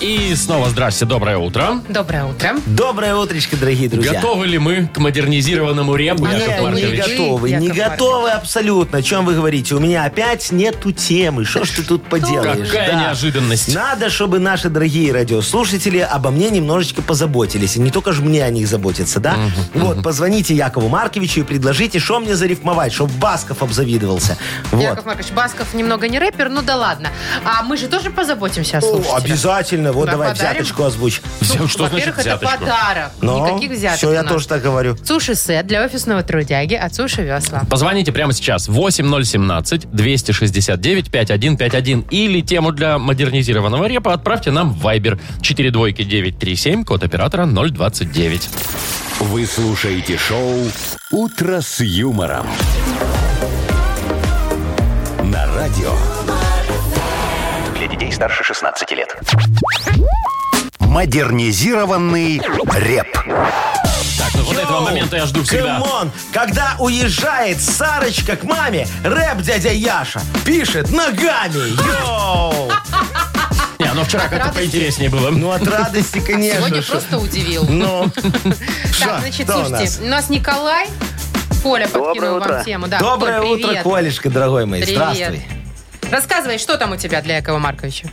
Speaker 1: И снова здрасте, доброе утро.
Speaker 2: Доброе утро.
Speaker 3: Доброе утречко, дорогие друзья.
Speaker 1: Готовы ли мы к модернизированному репу,
Speaker 2: Нет,
Speaker 1: Яков
Speaker 2: не
Speaker 3: не
Speaker 1: Маркович?
Speaker 2: готов.
Speaker 3: готовы,
Speaker 2: Яков
Speaker 3: не
Speaker 2: Маркович.
Speaker 3: готовы абсолютно. О чем вы говорите? У меня опять нету темы. Что ж ты тут поделаешь?
Speaker 1: Какая неожиданность.
Speaker 3: Надо, чтобы наши дорогие радиослушатели обо мне немножечко позаботились. И не только же мне о них заботиться, да? Вот, позвоните Якову Марковичу и предложите, что мне зарифмовать, чтобы Басков обзавидовался. Вот.
Speaker 2: Яков Маркович, Басков немного не рэпер, ну да ладно. А мы же тоже позаботимся о
Speaker 3: О,
Speaker 2: слушателях.
Speaker 3: обязательно. Вот
Speaker 2: Да,
Speaker 3: давай
Speaker 2: подарим.
Speaker 3: взяточку озвучь.
Speaker 1: Взя-
Speaker 2: Ну,
Speaker 1: Что значит
Speaker 2: Во-первых, это
Speaker 1: взяточку?
Speaker 2: подарок.
Speaker 3: Но
Speaker 2: Никаких взяток
Speaker 3: Все, Ну, я
Speaker 2: у нас.
Speaker 3: тоже так говорю.
Speaker 2: Суши-сет для офисного трудяги от Суши Весла.
Speaker 1: Позвоните прямо сейчас 8017-269-5151 или тему для модернизированного репа отправьте нам в Viber 42937, код оператора 029.
Speaker 4: Вы слушаете шоу «Утро с юмором». На радио
Speaker 5: Для детей старше 16 лет.
Speaker 4: «Модернизированный реп».
Speaker 1: Ну, вот этого
Speaker 3: Йоу,
Speaker 1: момента я жду всегда.
Speaker 3: Камон, когда уезжает Сарочка к маме, рэп дядя Яша пишет ногами. Йоу!
Speaker 1: Не, ну вчера как-то
Speaker 2: радости.
Speaker 1: поинтереснее было.
Speaker 3: Ну, от радости, конечно.
Speaker 2: Сегодня
Speaker 3: ж.
Speaker 2: просто удивил.
Speaker 3: Ну,
Speaker 2: Так,
Speaker 3: Ша,
Speaker 2: значит,
Speaker 3: кто у
Speaker 2: слушайте, у нас Николай. Коля подкинул вам тему. Да,
Speaker 3: Доброе
Speaker 2: Коль,
Speaker 3: утро,
Speaker 2: привет.
Speaker 3: Колешка, дорогой мой.
Speaker 2: Привет.
Speaker 3: Здравствуй.
Speaker 2: Рассказывай, что там у тебя для Якова Марковича?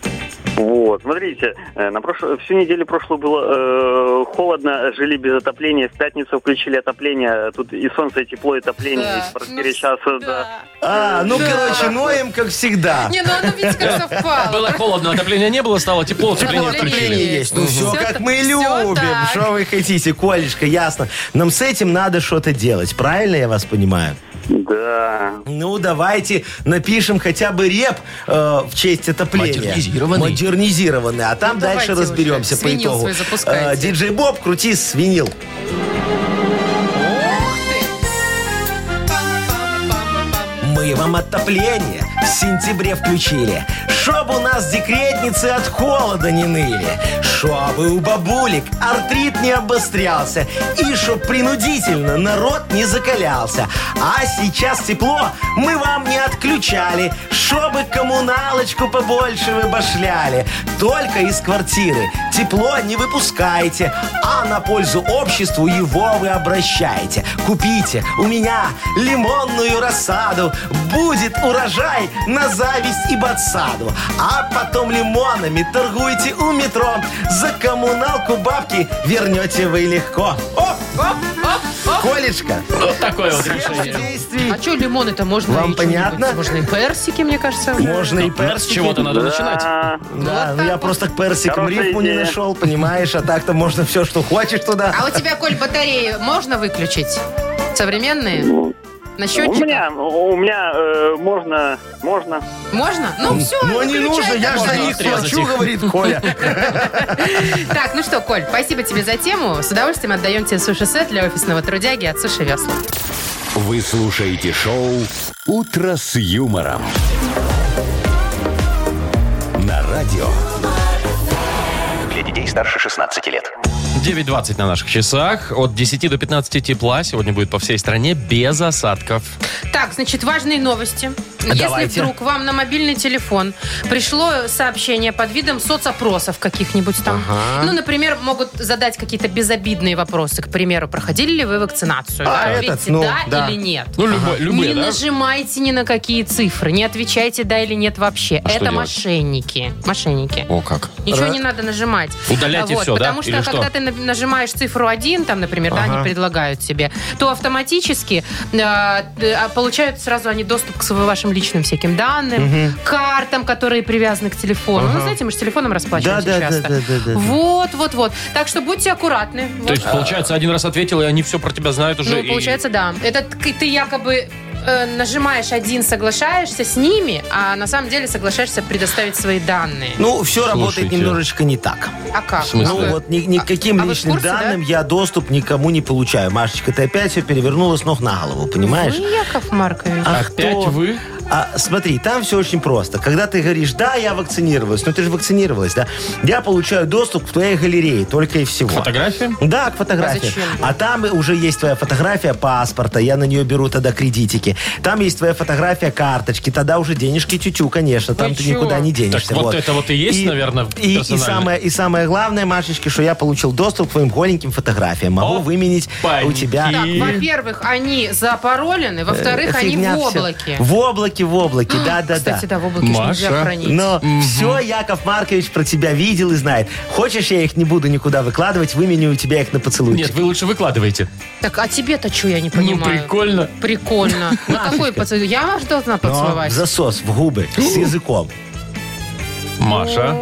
Speaker 9: Вот, смотрите, э, на прошло- всю неделю прошлую было э, холодно, жили без отопления, в пятницу включили отопление, тут и солнце, и тепло, и отопление,
Speaker 2: Да,
Speaker 9: и скоро
Speaker 2: ну,
Speaker 9: перечаса, да.
Speaker 3: А, ну,
Speaker 2: Да.
Speaker 3: короче, ноем, как всегда.
Speaker 2: Не, ну оно, видите, как совпало.
Speaker 1: Было холодно, отопления не было, стало тепло, отопление
Speaker 2: Отопление
Speaker 1: отключили.
Speaker 3: есть. Ну,
Speaker 2: Мгм.
Speaker 3: все
Speaker 2: Всё
Speaker 3: как
Speaker 2: та-
Speaker 3: мы
Speaker 2: всё
Speaker 3: любим.
Speaker 2: так.
Speaker 3: Что вы хотите, Колешка, ясно. Нам с этим надо что-то делать. Правильно я вас понимаю?
Speaker 9: Да.
Speaker 3: Ну, давайте напишем хотя бы реп э, в честь отопления.
Speaker 1: Модернизированный.
Speaker 3: Модернизированный. А там
Speaker 2: Ну,
Speaker 3: дальше
Speaker 2: давайте уже.
Speaker 3: разберемся по
Speaker 2: Свинил
Speaker 3: итогу.
Speaker 2: свой запускайте.
Speaker 3: Э, диджей Боб, крути свинил. Мы вам отопление в сентябре включили, Чтоб у нас декретницы от холода не ныли, Чтобы у бабулек артрит не обострялся, И чтоб принудительно народ не закалялся. А сейчас тепло мы вам не отключали, Чтобы коммуналочку побольше вы башляли. Только из квартиры тепло не выпускайте, А на пользу обществу его вы обращаете. Купите у меня лимонную рассаду, будет урожай на зависть и ботсаду. А потом лимонами торгуйте у метро, за коммуналку бабки вернете вы легко. Оп, оп, Колечка,
Speaker 1: Вот такое вот
Speaker 3: схема
Speaker 1: решение.
Speaker 3: действий.
Speaker 2: А что, лимоны-то можно
Speaker 3: Вам
Speaker 2: и чё-нибудь?
Speaker 3: понятно?
Speaker 2: Можно и персики, мне кажется.
Speaker 3: Можно и
Speaker 1: Ну, С
Speaker 3: персики.
Speaker 1: чего-то надо начинать.
Speaker 9: А,
Speaker 3: Да,
Speaker 2: Вот
Speaker 3: ну
Speaker 2: так
Speaker 3: я
Speaker 2: вот.
Speaker 3: просто к персикам
Speaker 9: Хорошая
Speaker 3: рифму не
Speaker 9: идея.
Speaker 3: нашел, понимаешь? А так-то можно все, что хочешь туда.
Speaker 2: А у тебя, Коль, батареи можно выключить? Современные? На счетчик?
Speaker 9: Ну, у меня, у меня э, можно, можно.
Speaker 2: Можно? Ну все,
Speaker 3: Но не нужно, я же за
Speaker 1: можно
Speaker 3: них
Speaker 1: отрезать
Speaker 3: плачу,
Speaker 1: их.
Speaker 3: говорит Коля.
Speaker 2: Так, ну что, Коль, спасибо тебе за тему. С удовольствием отдаем тебе суши-сет для офисного трудяги от Суши Весла.
Speaker 4: Вы слушаете шоу «Утро с юмором». На радио
Speaker 5: Для детей старше 16 лет.
Speaker 1: 9.20 на наших часах. От 10 до 15 тепла сегодня будет по всей стране без осадков.
Speaker 2: Так, значит, важные новости. Если
Speaker 1: А
Speaker 3: Давайте.
Speaker 2: вдруг вам на мобильный телефон пришло сообщение под видом соцопросов каких-нибудь там. Ну, например, могут задать какие-то безобидные вопросы. К примеру, проходили ли вы вакцинацию?
Speaker 3: А, этот,
Speaker 2: Ответьте
Speaker 3: ну,
Speaker 2: да,
Speaker 3: да.
Speaker 2: или нет.
Speaker 1: Ну, любо- любые,
Speaker 2: не
Speaker 1: да?
Speaker 2: нажимайте ни на какие цифры, не отвечайте да или нет вообще.
Speaker 1: А что
Speaker 2: Это
Speaker 1: делать?
Speaker 2: мошенники. Мошенники.
Speaker 1: О, как.
Speaker 2: Ничего не надо нажимать.
Speaker 1: Удалять и
Speaker 2: Вот,
Speaker 1: всё, да?
Speaker 2: Потому что,
Speaker 1: Или что?
Speaker 2: когда ты на- нажимаешь цифру 1, там, например, да, они предлагают тебе, то автоматически э, э, получают сразу они доступ к своим вашим личным всяким данным, картам, которые привязаны к телефону. Ну, знаете, мы же телефоном расплачиваемся
Speaker 3: Да, да,
Speaker 2: часто.
Speaker 3: да, да, да, да, да.
Speaker 2: Вот, вот, вот. Так что будьте аккуратны. Вот.
Speaker 1: То есть, получается, один раз ответил, и они все про тебя знают уже.
Speaker 2: Ну,
Speaker 1: и-
Speaker 2: получается, да. Это ты ты якобы э, нажимаешь один, соглашаешься с ними, а на самом деле соглашаешься предоставить свои данные.
Speaker 3: Ну, все работает
Speaker 1: Слушайте.
Speaker 3: немножечко не так.
Speaker 2: а как?
Speaker 1: в смысле?
Speaker 2: Ну,
Speaker 3: Ну вот ни- никаким
Speaker 2: а вы в
Speaker 3: личным
Speaker 2: курсе, да?
Speaker 3: данным я доступ никому не получаю. Машечка, ты опять все перевернула с ног на голову, понимаешь?
Speaker 2: Вы, Ну, Яков Маркович.
Speaker 3: А
Speaker 1: Опять
Speaker 3: кто?
Speaker 1: вы?
Speaker 3: А, смотри, там все очень просто. Когда ты говоришь, да, я вакцинировалась, ну ты же вакцинировалась, да, я получаю доступ к твоей галерее, только и всего.
Speaker 1: Фотографии?
Speaker 3: Да, к фотографии.
Speaker 2: зачем?
Speaker 3: А там уже есть твоя фотография паспорта, я на нее беру тогда кредитики. Там есть твоя фотография карточки, тогда уже денежки тютю, конечно, там
Speaker 2: Вы
Speaker 3: ты
Speaker 2: чего?
Speaker 3: никуда не денешься.
Speaker 1: Так вот это вот и есть, наверное,
Speaker 3: и, и
Speaker 1: персонально.
Speaker 3: самое, и самое главное, Машечки, что я получил доступ к твоим голеньким фотографиям. Могу
Speaker 1: Опаньки.
Speaker 3: выменить у тебя... э,
Speaker 2: Так,
Speaker 1: И-
Speaker 2: во-первых, они запаролены, во-вторых, они
Speaker 3: Фигня
Speaker 2: в
Speaker 3: всё.
Speaker 2: облаке. А,
Speaker 3: В облаке, в облаке, да-да-да.
Speaker 2: Кстати, да, в облаке ж
Speaker 1: Маша.
Speaker 2: нельзя хранить.
Speaker 3: Но все Яков Маркович про тебя видел и знает. Хочешь, я их не буду никуда выкладывать, выменю у тебя их на
Speaker 1: Нет,
Speaker 3: поцелуйчик.
Speaker 1: вы лучше выкладывайте.
Speaker 2: Так, а тебе-то что, я не понимаю?
Speaker 1: Ну, прикольно.
Speaker 2: Прикольно. Ну, какой поцелуй? Я вас должна
Speaker 3: Но
Speaker 2: поцеловать.
Speaker 3: засос в губы с языком.
Speaker 1: Маша.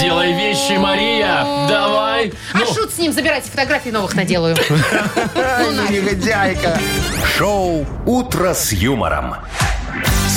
Speaker 1: Делай вещи, Мария. Давай.
Speaker 2: А
Speaker 1: Ну.
Speaker 2: шут с ним, забирайте фотографии новых наделаю. Ну, на.
Speaker 3: Негодяйка.
Speaker 4: Шоу «Утро с юмором».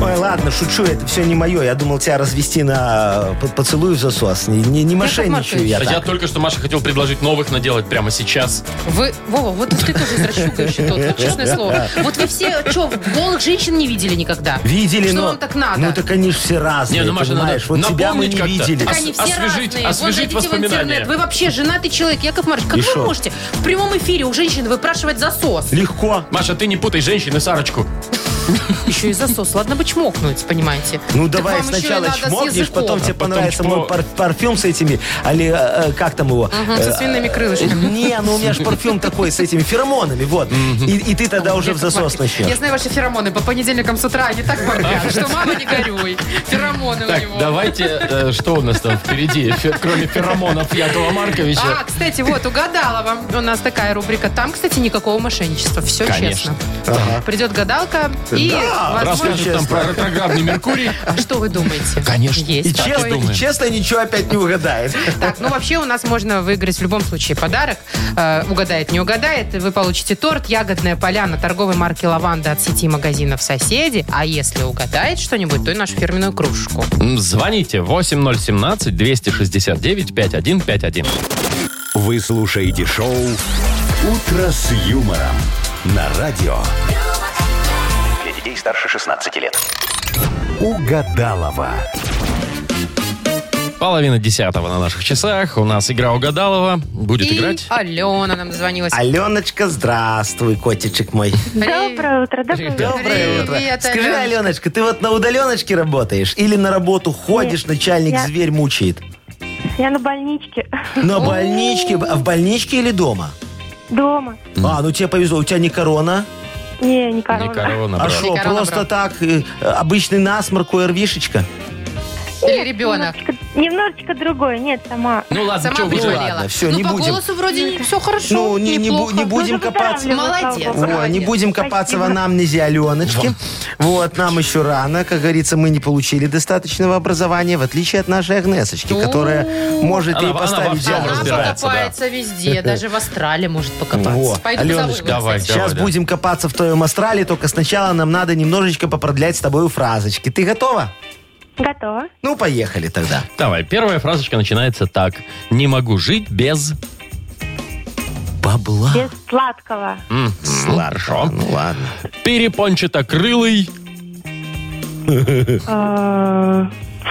Speaker 3: Ой, ладно, шучу, это все не мое. Я думал тебя развести на э, по- поцелуй в засос. Не, не, не мошенничаю я
Speaker 1: А Я
Speaker 3: так.
Speaker 1: только что Маша хотел предложить новых наделать прямо сейчас.
Speaker 2: Вы, Вова, вот ты тоже извращуга еще тот, вот честное слово. Вот вы все, что, голых женщин не видели никогда?
Speaker 3: Видели,
Speaker 2: Что
Speaker 3: но...
Speaker 2: вам так надо?
Speaker 3: Ну так они ж все разные,
Speaker 1: Не, ну, Маша,
Speaker 3: понимаешь?
Speaker 1: надо
Speaker 3: вот тебя мы
Speaker 1: напомнить
Speaker 3: не
Speaker 1: как-то.
Speaker 3: видели.
Speaker 2: Так
Speaker 1: Ос-
Speaker 2: они все
Speaker 1: освежить-
Speaker 2: разные.
Speaker 1: освежить
Speaker 2: Вон, зайдите в
Speaker 1: воспоминания.
Speaker 2: интернет. Вы вообще женатый человек, Яков Маркович. Как
Speaker 3: И
Speaker 2: вы
Speaker 3: шо?
Speaker 2: можете в прямом эфире у женщин выпрашивать засос?
Speaker 3: Легко.
Speaker 1: Маша, ты не путай женщин и Сарочку.
Speaker 2: Еще и засос. Ладно бы чмокнуть, понимаете.
Speaker 3: Ну
Speaker 2: Так
Speaker 3: давай
Speaker 2: вам еще и
Speaker 3: сначала
Speaker 2: надо с
Speaker 3: чмокнешь,
Speaker 2: языком.
Speaker 3: потом тебе
Speaker 1: А потом
Speaker 3: понравится мой
Speaker 1: чпок.
Speaker 3: пар- парфюм с этими, али, э, э, как там его?
Speaker 2: Мгм, со
Speaker 3: Э,
Speaker 2: свиными крылышками.
Speaker 3: Не, ну у меня же парфюм такой с этими феромонами, вот. И, и ты тогда уже в
Speaker 2: Яков
Speaker 3: засос
Speaker 2: Маркович, Я
Speaker 3: начнешь.
Speaker 2: знаю ваши феромоны. По понедельникам с утра они так моргают, что мама не горюй. Феромоны у
Speaker 1: Так,
Speaker 2: него.
Speaker 1: давайте, э, что у нас там впереди, Фе- кроме феромонов Якова
Speaker 2: А,
Speaker 1: Марковича.
Speaker 2: кстати, вот, угадала вам. У нас такая рубрика. Там, кстати, никакого мошенничества. Все
Speaker 1: Конечно.
Speaker 2: честно. Придет гадалка и, возможно...
Speaker 1: Расскажет там про ретроградный Меркурий.
Speaker 2: А что вы думаете?
Speaker 1: Конечно.
Speaker 2: Есть
Speaker 3: И
Speaker 2: такое.
Speaker 3: честно, и
Speaker 1: думаем.
Speaker 3: честно ничего опять не угадает.
Speaker 2: Так, ну вообще у нас можно выиграть в любом случае подарок. Э, угадает, не угадает. Вы получите торт «Ягодная поляна» торговой марки «Лаванда» от сети магазинов «Соседи». А если угадает что-нибудь, то и нашу фирменную кружку.
Speaker 1: М, Звоните 8017-269-5151.
Speaker 4: Вы слушаете шоу «Утро с юмором» на радио
Speaker 5: Для детей старше 16 лет.
Speaker 4: «Угадалова».
Speaker 1: Половина десятого на наших часах. У нас игра угадалова. Будет
Speaker 2: и
Speaker 1: играть.
Speaker 2: Алена нам дозвонилась.
Speaker 3: А, Аленочка, здравствуй, котичек мой.
Speaker 8: Доброе утро, доброе утро.
Speaker 3: Доброе утро.
Speaker 2: Привет,
Speaker 3: Скажи,
Speaker 2: Аленочка.
Speaker 3: Аленочка, ты вот на удаленочке работаешь? Или на работу ходишь, начальник
Speaker 8: я-
Speaker 3: зверь мучает?
Speaker 8: Я на больничке.
Speaker 3: На больничке? А в больничке или дома?
Speaker 8: Дома.
Speaker 3: А, ну тебе повезло, у тебя не корона?
Speaker 8: Не, не
Speaker 1: Не
Speaker 8: корона.
Speaker 1: корона,
Speaker 3: А
Speaker 1: брат.
Speaker 3: что,
Speaker 2: корона,
Speaker 3: просто
Speaker 2: брат.
Speaker 3: так, э, обычный насморк, ОРВИшечка?
Speaker 2: Или ребенок.
Speaker 8: Немножечко, немножечко другой. Нет, сама.
Speaker 1: Ну ладно,
Speaker 2: Сама
Speaker 1: что вы
Speaker 2: приболела.
Speaker 3: Ну ладно, всё,
Speaker 2: ну,
Speaker 3: не
Speaker 2: по
Speaker 3: будем.
Speaker 2: голосу вроде все хорошо,
Speaker 3: Ну, не- не бу-
Speaker 2: неплохо.
Speaker 3: не будем
Speaker 8: Ну,
Speaker 3: копаться.
Speaker 8: выздоравливаю, слава
Speaker 2: Молодец.
Speaker 8: богу.
Speaker 3: О, не будем копаться в
Speaker 8: Спасибо.
Speaker 3: анамнезе Аленочки. Вот, нам еще рано. Как говорится, мы не получили достаточного образования, в отличие от нашей Агнесочки,
Speaker 2: О.
Speaker 3: которая может
Speaker 1: Она-
Speaker 3: ей
Speaker 1: она во
Speaker 3: поставить
Speaker 1: всем
Speaker 3: диагноз.
Speaker 2: Она
Speaker 1: разбирается, да.
Speaker 2: покопается везде, даже в астрале может покопаться.
Speaker 3: Во,
Speaker 2: Пойду
Speaker 3: Аленочка,
Speaker 2: позову его,
Speaker 1: давай.
Speaker 2: кстати.
Speaker 3: Сейчас
Speaker 1: да.
Speaker 3: будем копаться в твоем астрале, только сначала нам надо немножечко попродлять с тобой фразочки. Ты готова?
Speaker 8: Готово.
Speaker 3: Ну, поехали тогда.
Speaker 1: Давай, первая фразочка начинается так. Не могу жить без...
Speaker 3: Бабла.
Speaker 8: Без сладкого.
Speaker 1: М,
Speaker 3: Сладко.
Speaker 1: Хорошо.
Speaker 3: Ну, ладно.
Speaker 1: Перепончатокрылый
Speaker 7: э,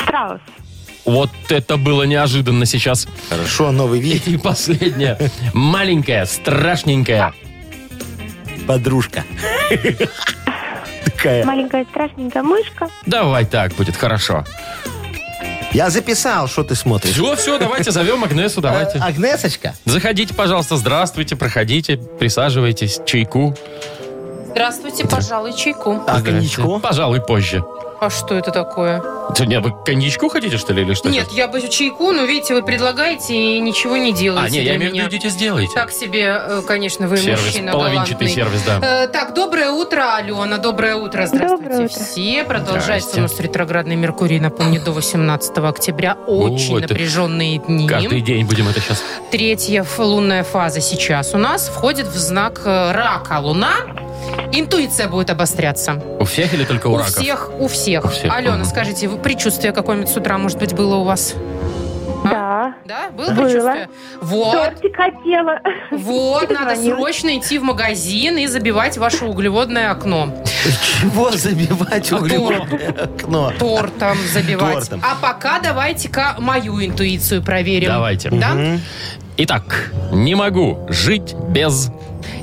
Speaker 7: Страус.
Speaker 1: Вот это было неожиданно сейчас.
Speaker 3: Хорошо, новый вид,
Speaker 1: И последняя. Маленькая, страшненькая.
Speaker 3: подружка. Такая.
Speaker 8: Маленькая страшненькая мышка.
Speaker 1: Давай так будет, хорошо.
Speaker 3: Я записал, что ты смотришь.
Speaker 1: Все, все, давайте зовем Агнесу,
Speaker 3: А-
Speaker 1: давайте.
Speaker 3: Агнесочка?
Speaker 1: Заходите, пожалуйста, здравствуйте, проходите, присаживайтесь, чайку.
Speaker 2: Здравствуйте, пожалуй, чайку.
Speaker 3: А, коньячку?
Speaker 1: Пожалуй, позже.
Speaker 2: А что это такое?
Speaker 1: Что, Не, вы коньячку хотите, что ли, или что?
Speaker 2: Нет, я бы чайку, но видите, вы предлагаете и ничего не делаете.
Speaker 1: А, нет, я
Speaker 2: для
Speaker 1: имею в
Speaker 2: меня.
Speaker 1: виду, идите сделайте.
Speaker 2: Так себе, э, конечно, вы
Speaker 1: сервис,
Speaker 2: мужчина
Speaker 1: половинчатый
Speaker 2: галантный.
Speaker 1: сервис, да.
Speaker 2: Э, Так, доброе утро, Алена. Доброе утро. Здравствуйте
Speaker 8: Доброе утро.
Speaker 2: все. Продолжается
Speaker 1: Здрасте.
Speaker 2: у нас ретроградный Меркурий, напомню, до 18 октября. Очень
Speaker 1: Вот.
Speaker 2: напряженные дни.
Speaker 1: Каждый день будем это сейчас.
Speaker 2: Третья ф- лунная фаза сейчас у нас входит в знак э, рака. Луна. Интуиция будет обостряться.
Speaker 1: У всех или только у,
Speaker 2: у
Speaker 1: раков?
Speaker 2: всех, у всех.
Speaker 1: У всех,
Speaker 2: Алена,
Speaker 1: мгм.
Speaker 2: скажите, вы предчувствие какое-нибудь с утра, может быть, было у вас?
Speaker 8: Да.
Speaker 2: Да? Было,
Speaker 8: Было.
Speaker 2: предчувствие? Вот.
Speaker 8: Тортик хотела.
Speaker 2: Вот, надо
Speaker 8: Звонила.
Speaker 2: срочно идти в магазин и забивать ваше углеводное окно.
Speaker 3: Чего забивать
Speaker 2: А
Speaker 3: углеводное окно?
Speaker 2: тортом забивать.
Speaker 3: Тортом.
Speaker 2: А пока давайте-ка мою интуицию проверим.
Speaker 1: Давайте.
Speaker 2: Да?
Speaker 1: Итак, не могу жить без...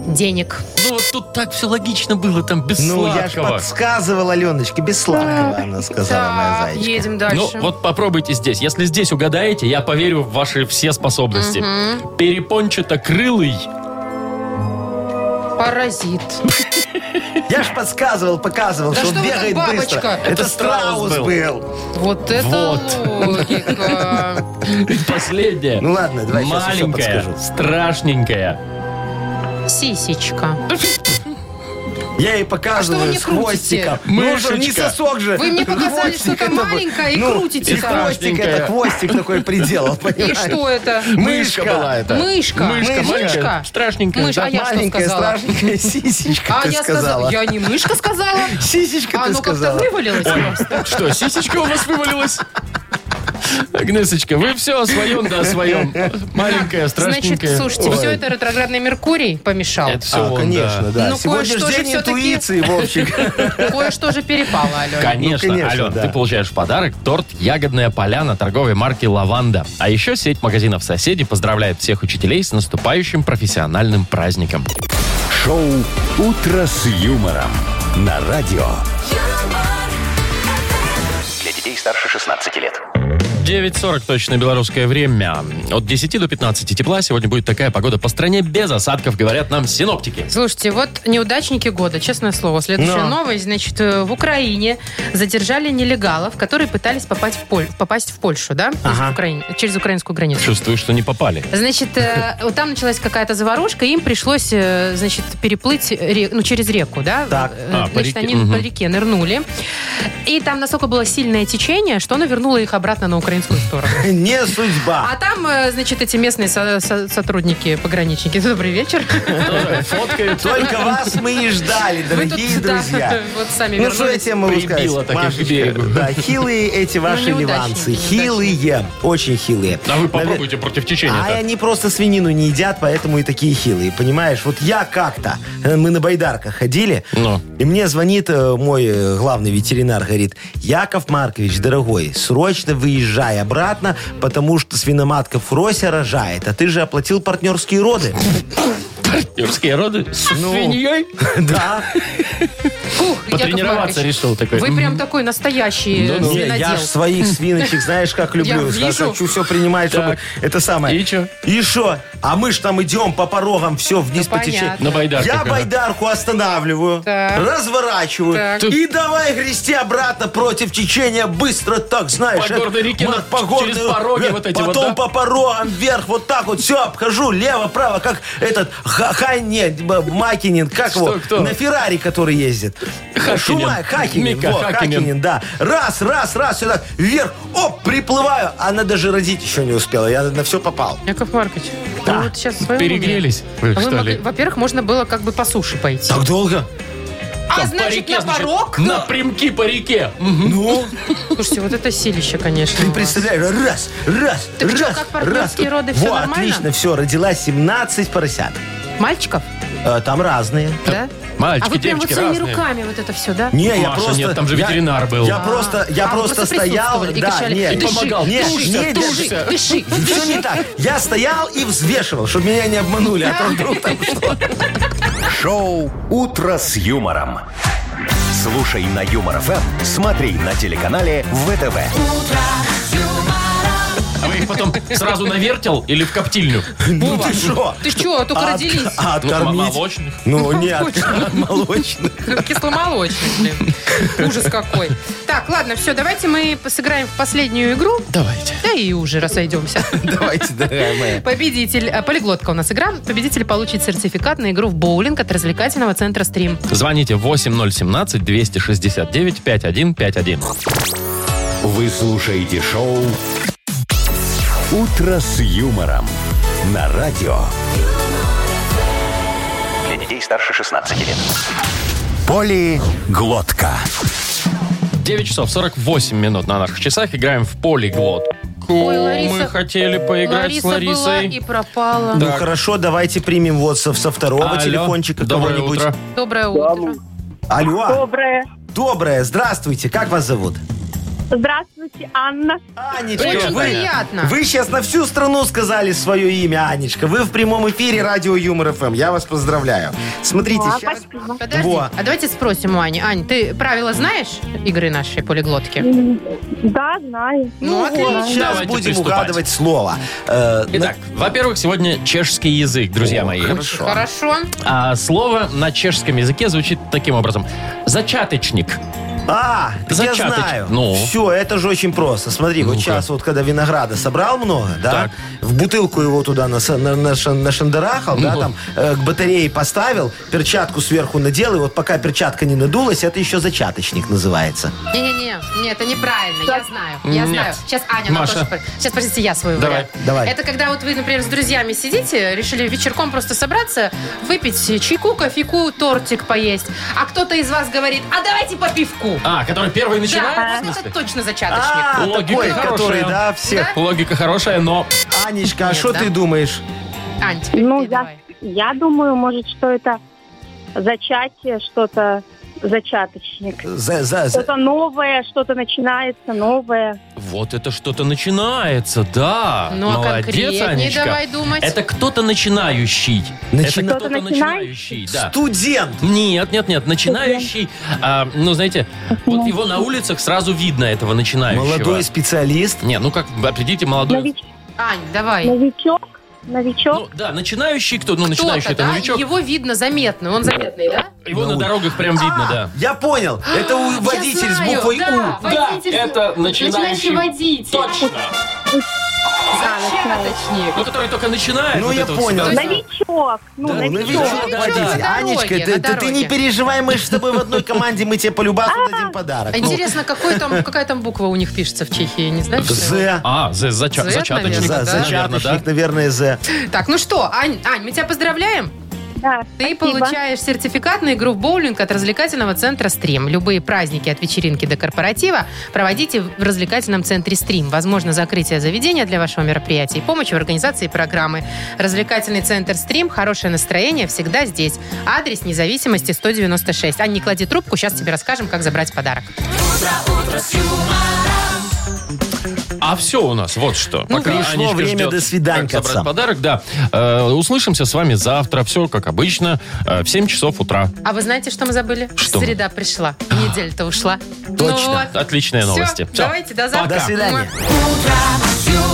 Speaker 2: Денег.
Speaker 1: Ну, вот тут так все логично было, там, без
Speaker 3: Ну, я ж
Speaker 1: сладкого.
Speaker 3: подсказывал Аленочке, без сладкого, она сказала моя
Speaker 2: Так,
Speaker 3: зайчика.
Speaker 2: едем дальше.
Speaker 1: Ну, вот попробуйте здесь. Если здесь угадаете, я поверю в ваши все способности. Перепончато-крылый.
Speaker 2: Паразит.
Speaker 3: Я ж подсказывал, показывал,
Speaker 2: Да
Speaker 3: что
Speaker 2: что
Speaker 3: он
Speaker 2: вы как
Speaker 3: бегает быстро.
Speaker 2: бабочка?
Speaker 3: Это, страус был.
Speaker 2: Вот это
Speaker 1: Вот.
Speaker 2: логика.
Speaker 1: И последнее.
Speaker 3: Ну ладно, давай сейчас еще
Speaker 1: Маленькая,
Speaker 3: подскажу.
Speaker 1: страшненькая.
Speaker 2: Сисечка. А
Speaker 3: Я ей
Speaker 2: что вы
Speaker 3: показываю
Speaker 2: мне
Speaker 3: с
Speaker 2: крутите?
Speaker 3: хвостиком. Ну, что, не
Speaker 1: Мышечка.
Speaker 3: сосок же.
Speaker 2: Вы мне показали
Speaker 3: Хвостик
Speaker 2: что-то
Speaker 3: это был.
Speaker 2: маленькое и крутите
Speaker 3: и
Speaker 2: так.
Speaker 3: хвостик это, хвостик такой приделал,
Speaker 2: И
Speaker 3: понимаешь?
Speaker 2: что это?
Speaker 3: Мышка.
Speaker 1: была это.
Speaker 2: Мышка.
Speaker 1: Мышка, маленькая, страшненькая.
Speaker 2: Мышь,
Speaker 1: да?
Speaker 2: а я что
Speaker 3: Маленькая,
Speaker 2: сказала?
Speaker 3: страшненькая сисечка,
Speaker 2: А
Speaker 3: ты
Speaker 2: я сказала.
Speaker 3: сказала.
Speaker 2: Я не мышка сказала.
Speaker 3: Сисечка,
Speaker 2: А
Speaker 3: ты
Speaker 2: оно как-то
Speaker 3: сказала.
Speaker 2: вывалилось просто.
Speaker 1: Что, сисечка у вас вывалилась? Агнесочка, вы все о своем, да, о своем. Маленькая, страшненькая.
Speaker 2: Значит, слушайте,
Speaker 3: Ой.
Speaker 2: все это ретроградный Меркурий помешал.
Speaker 1: Это все
Speaker 3: А,
Speaker 1: он,
Speaker 3: конечно,
Speaker 1: да.
Speaker 3: да.
Speaker 2: Ну,
Speaker 3: Сегодня
Speaker 2: кое-что
Speaker 3: же
Speaker 2: же
Speaker 3: день
Speaker 2: всё-таки-
Speaker 3: интуиции, Вовчик.
Speaker 2: Кое-что же перепало, Алёня.
Speaker 1: Конечно,
Speaker 3: Ну, конечно,
Speaker 1: Ален,
Speaker 3: да.
Speaker 1: ты получаешь в подарок торт «Ягодная поляна» торговой марки «Лаванда». А еще сеть магазинов «Соседи» поздравляет всех учителей с наступающим профессиональным праздником.
Speaker 4: Шоу «Утро с юмором» на радио.
Speaker 5: Для детей старше 16 лет.
Speaker 1: 9.40 точно белорусское время. От 10 до 15 тепла сегодня будет такая погода по стране без осадков, говорят нам синоптики.
Speaker 2: Слушайте, вот неудачники года, честное слово. Следующая
Speaker 3: Но.
Speaker 2: новость. Значит, э, в Украине задержали нелегалов, которые пытались попасть в, Поль- попасть в Польшу, да? То есть в Украине- через украинскую границу.
Speaker 1: Чувствую, что не попали.
Speaker 2: Значит, э, вот там началась какая-то заварушка, им пришлось, э, значит, переплыть ре- ну, через реку, да?
Speaker 3: Так.
Speaker 2: Э,
Speaker 1: А, по
Speaker 2: Значит,
Speaker 1: реке,
Speaker 2: они
Speaker 1: мгм.
Speaker 2: по реке нырнули. И там настолько было сильное течение, что оно вернуло их обратно на украинскую сторону.
Speaker 3: Не судьба.
Speaker 2: А там, э, значит, эти местные со- со- сотрудники, пограничники. Добрый вечер.
Speaker 1: Фоткают.
Speaker 3: Только вас мы и ждали,
Speaker 2: Вы тут,
Speaker 3: дорогие
Speaker 2: да,
Speaker 3: друзья.
Speaker 2: вот сами
Speaker 3: Ну, что я
Speaker 2: вернулись.
Speaker 3: тебе могу
Speaker 1: Прибило
Speaker 3: сказать?
Speaker 1: так их к берегу.
Speaker 3: да, хилые эти ваши
Speaker 2: Ну, неудачники,
Speaker 3: ливанцы.
Speaker 2: неудачники.
Speaker 3: Хилые, очень хилые.
Speaker 1: А вы попробуйте против
Speaker 3: А
Speaker 1: течения.
Speaker 3: они просто свинину не едят, поэтому и такие хилые, понимаешь? Вот я как-то, э, мы на байдарках ходили,
Speaker 1: Ну.
Speaker 3: и мне звонит э, мой э, главный ветеринар, говорит, Яков Маркович, дорогой, срочно выезжай обратно, потому что свиноматка Фрося рожает, а ты же оплатил партнерские роды.
Speaker 1: Юрские роды с свиньей.
Speaker 3: Да.
Speaker 2: Фух, Яков
Speaker 1: Потренироваться
Speaker 2: Маркович,
Speaker 1: решил такой.
Speaker 2: Вы прям такой настоящий э,
Speaker 1: Ну-ну.
Speaker 3: Не, Ну, я
Speaker 2: свинодел.
Speaker 3: ж своих свиночек, знаешь, как люблю.
Speaker 2: Я вижу.
Speaker 3: Хочу все принимать, чтобы...
Speaker 1: Так.
Speaker 3: Это самое.
Speaker 1: И чё?
Speaker 3: И шо? А мы ж там идем по порогам, все вниз по течению.
Speaker 2: понятно.
Speaker 1: На байдарках.
Speaker 3: Я
Speaker 1: ага.
Speaker 3: байдарку останавливаю,
Speaker 2: Так.
Speaker 3: разворачиваю
Speaker 2: Так.
Speaker 3: и давай грести обратно против течения быстро, так знаешь.
Speaker 1: По
Speaker 3: э,
Speaker 1: горной реке,
Speaker 3: мат-
Speaker 1: на- через пороги вот эти вот,
Speaker 3: э, Потом
Speaker 1: да?
Speaker 3: по порогам вверх, вот так вот все обхожу, лево, право, как этот Ха- Хайне, б- Макинин, как
Speaker 1: Что,
Speaker 3: его,
Speaker 1: кто?
Speaker 3: на Феррари, который ездит.
Speaker 1: Хакинин.
Speaker 3: Шума- Хакинин,
Speaker 1: Мика
Speaker 3: во,
Speaker 1: Хакинин.
Speaker 3: Хакинин, да. Раз, раз, раз, сюда, вверх, оп, приплываю. Она даже родить еще не успела, я на все попал.
Speaker 2: Яков Маркович, вы
Speaker 3: Да.
Speaker 2: вот сейчас в своем
Speaker 1: Перегрелись вы,
Speaker 2: уме. А вы
Speaker 1: что
Speaker 2: могли-
Speaker 1: ли?
Speaker 2: Во-первых, можно было как бы по суше пойти.
Speaker 3: Так долго?
Speaker 2: А
Speaker 1: Там по
Speaker 2: значит,
Speaker 1: реке,
Speaker 2: на
Speaker 1: значит,
Speaker 2: порог?
Speaker 1: Напрямки по реке. Мгм.
Speaker 3: Ну,
Speaker 2: Слушайте, вот это силище, конечно. у
Speaker 3: Ты
Speaker 2: вас.
Speaker 3: представляешь, раз, раз,
Speaker 2: Так
Speaker 3: раз,
Speaker 2: что, как партнерские
Speaker 3: раз.
Speaker 2: роды, всё
Speaker 3: Во,
Speaker 2: нормально?
Speaker 3: отлично, все, родила 17 поросят.
Speaker 2: Мальчиков,
Speaker 3: Э, Там разные.
Speaker 2: да?
Speaker 1: Мальчики,
Speaker 2: а вы прям вот
Speaker 1: девочки
Speaker 2: своими
Speaker 1: разные.
Speaker 2: руками вот это все, да?
Speaker 3: Не, я
Speaker 1: Маша,
Speaker 3: просто...
Speaker 1: нет, там же
Speaker 3: я-
Speaker 1: ветеринар был.
Speaker 3: Я
Speaker 1: А.
Speaker 3: просто, я
Speaker 2: А, вы
Speaker 3: просто
Speaker 2: просто
Speaker 3: стоял...
Speaker 2: присутствовали и
Speaker 3: Да,
Speaker 2: кашляли.
Speaker 3: нет,
Speaker 2: И помогал.
Speaker 3: Нет,
Speaker 1: Тужься,
Speaker 3: нет,
Speaker 1: тужься.
Speaker 3: нет,
Speaker 2: Дыши,
Speaker 3: Все не так. Я стоял и взвешивал, чтобы меня не обманули, а то вдруг там что.
Speaker 4: Шоу «Утро с юмором». Слушай на Юмор ФМ, смотри на телеканале ВТВ.
Speaker 1: А вы их потом сразу на вертел или в коптильню?
Speaker 3: Ну ты что?
Speaker 2: Ты что, а только
Speaker 3: А от-
Speaker 2: родились?
Speaker 3: А
Speaker 1: Ну, м-
Speaker 3: откормить?
Speaker 1: молочных.
Speaker 3: Ну, нет, молочный.
Speaker 2: Кисломолочный, блин. Ужас какой. Так, ладно, все, давайте мы сыграем в последнюю игру.
Speaker 1: Давайте.
Speaker 2: Да и уже разойдемся.
Speaker 3: Давайте, дорогая моя.
Speaker 2: Победитель, э, полиглотка у нас игра. Победитель получит сертификат на игру в боулинг от развлекательного центра «Стрим».
Speaker 1: Звоните 8017-269-5151.
Speaker 4: Вы слушаете шоу «Утро с юмором» на радио.
Speaker 5: Для детей старше 16 лет.
Speaker 4: Полиглотка.
Speaker 1: 9 часов 48 минут на наших часах. Играем в полиглот.
Speaker 2: Ой, Лариса-
Speaker 1: Мы хотели поиграть с
Speaker 2: была
Speaker 1: Ларисой.
Speaker 2: и пропала.
Speaker 3: Ну хорошо, давайте примем вот со, со второго
Speaker 1: Алло,
Speaker 3: телефончика
Speaker 1: доброе
Speaker 3: кого-нибудь.
Speaker 1: утро.
Speaker 2: Доброе утро.
Speaker 3: Алло,
Speaker 8: Доброе.
Speaker 3: доброе, здравствуйте, как вас зовут?
Speaker 8: Здравствуйте, Анна.
Speaker 3: Анечка,
Speaker 2: Очень
Speaker 1: Привет, Аня.
Speaker 2: приятно.
Speaker 3: Вы сейчас на всю страну сказали свое имя, Анечка. Вы в прямом эфире радио Юмор ФМ. Я вас поздравляю. Смотрите,
Speaker 8: А,
Speaker 3: сейчас...
Speaker 8: спасибо.
Speaker 2: Подожди,
Speaker 3: Во.
Speaker 2: а давайте спросим у Ани. Ань, ты правила знаешь игры нашей полиглотки?
Speaker 8: М, Да, знаю.
Speaker 2: Ну,
Speaker 3: Вот,
Speaker 2: отлично.
Speaker 3: сейчас
Speaker 1: Давайте
Speaker 3: будем
Speaker 1: приступать.
Speaker 3: угадывать слово. Э,
Speaker 1: Итак, во-первых, сегодня чешский язык, друзья мои.
Speaker 2: Очень хорошо.
Speaker 1: А слово на чешском языке звучит таким образом. Зачаточник.
Speaker 3: А, так я
Speaker 1: Зачаточ-
Speaker 3: знаю.
Speaker 1: Ну.
Speaker 3: Все, это же очень просто. Смотри, вот
Speaker 1: Ну-ка.
Speaker 3: сейчас вот, когда винограда собрал много, да,
Speaker 1: Так.
Speaker 3: в бутылку его туда на, ша- на, на шан- нашандарахал, да, там э, к батарее поставил, перчатку сверху надел, и вот пока перчатка не надулась, это еще зачаточник называется.
Speaker 2: Не-не-не, не, это неправильно, я знаю, я
Speaker 1: Нет.
Speaker 2: знаю. Сейчас Аня, она
Speaker 1: Маша.
Speaker 2: тоже... про- Сейчас, подождите, я свою
Speaker 1: Давай.
Speaker 2: вариант.
Speaker 3: Давай.
Speaker 2: Это когда вот вы, например, с друзьями сидите, решили вечерком просто собраться, выпить чайку, кофейку, тортик поесть, а кто-то из вас говорит, а давайте по пивку.
Speaker 1: А, который первый
Speaker 2: Да,
Speaker 1: начинает? в
Speaker 2: вот это
Speaker 1: смысле?
Speaker 2: точно зачаточник.
Speaker 3: А,
Speaker 1: Логика
Speaker 3: такой,
Speaker 1: хорошая.
Speaker 3: который, да, всех.
Speaker 1: Логика хорошая, но...
Speaker 3: Анечка, а
Speaker 2: Нет,
Speaker 3: что
Speaker 2: да.
Speaker 3: ты думаешь?
Speaker 2: Ань, теперь
Speaker 8: Ну,
Speaker 2: ты
Speaker 8: я,
Speaker 2: давай.
Speaker 8: я думаю, может, что это зачатие, что-то зачаточник.
Speaker 3: За- за- за-
Speaker 8: Что-то новое, что-то начинается новое.
Speaker 1: Вот это что-то начинается, да.
Speaker 2: Ну, а
Speaker 1: Молодец,
Speaker 2: конкретнее
Speaker 1: Анечка.
Speaker 2: давай думать.
Speaker 1: Это кто-то начинающий.
Speaker 3: Начина-
Speaker 1: Это кто-то
Speaker 8: Кто-то начинающий?
Speaker 1: начинающий, да.
Speaker 3: Студент.
Speaker 1: Нет, нет, нет, начинающий, а, ну, знаете, вот его на улицах сразу видно, этого начинающего.
Speaker 3: Молодой специалист.
Speaker 1: Не, ну как, вы определите, молодой...
Speaker 8: Нович-
Speaker 2: Ань,
Speaker 3: Ну,
Speaker 2: давай.
Speaker 8: Новичок, новичок.
Speaker 1: Ну, да, начинающий кто? Ну, начинающий
Speaker 2: Кто-то,
Speaker 1: это
Speaker 2: да,
Speaker 1: новичок. Его,
Speaker 2: его видно заметно, он заметный, да?
Speaker 1: на дорогах прям видно, да.
Speaker 3: Я понял. Это у- водитель
Speaker 2: А, Я
Speaker 3: с
Speaker 2: знаю,
Speaker 3: буквой
Speaker 2: да,
Speaker 3: У.
Speaker 2: водитель с-
Speaker 1: это начинающий.
Speaker 2: водитель.
Speaker 1: Точно.
Speaker 2: Зачаточник.
Speaker 1: Ну, который только начинает.
Speaker 3: Ну,
Speaker 1: вот
Speaker 3: я
Speaker 1: это вот
Speaker 3: понял.
Speaker 1: всё.
Speaker 8: Новичок. Ну,
Speaker 3: Да,
Speaker 8: новичок.
Speaker 3: новичок
Speaker 1: Да,
Speaker 3: водитель.
Speaker 2: да.
Speaker 3: Анечка,
Speaker 2: На
Speaker 3: ты, ты- ты не
Speaker 2: дороге.
Speaker 3: переживай, мы же с тобой в одной команде, мы тебе по любасу дадим подарок.
Speaker 2: А Интересно, какой там, какая там буква у них пишется в Чехии, не знаешь? что ли?
Speaker 3: Ну, З.
Speaker 1: А, за, зача-
Speaker 2: Цвет,
Speaker 1: зачаточник.
Speaker 2: наверное,
Speaker 3: За-
Speaker 2: да?
Speaker 1: Наверное, да.
Speaker 3: Зачаточник, наверное, З.
Speaker 2: Так, ну что, Ань, Ань, мы тебя поздравляем.
Speaker 8: Да,
Speaker 2: Ты
Speaker 8: спасибо.
Speaker 2: получаешь сертификат на игру в боулинг от развлекательного центра «Стрим». Любые праздники от вечеринки до корпоратива проводите в развлекательном центре «Стрим». Возможно, закрытие заведения для вашего мероприятия и помощь в организации программы. Развлекательный центр «Стрим». Хорошее настроение всегда здесь. Адрес независимости 196. Ань, не клади трубку, сейчас тебе расскажем, как забрать подарок.
Speaker 1: А все у нас, вот что.
Speaker 3: Ну, пришло
Speaker 1: Анечка
Speaker 3: время
Speaker 1: ждет,
Speaker 3: до свиданька,
Speaker 1: как собрать
Speaker 3: отца.
Speaker 1: подарок, да. Э, услышимся с вами завтра, все как обычно, э, в 7 часов утра.
Speaker 2: А вы знаете, что мы забыли?
Speaker 1: Что мы?
Speaker 2: Среда пришла, неделя-то ушла. Ну
Speaker 3: Точно.
Speaker 1: Отличные
Speaker 2: Все,
Speaker 1: новости. Всё.
Speaker 2: давайте, до завтра.
Speaker 3: До свидания.
Speaker 2: Муа.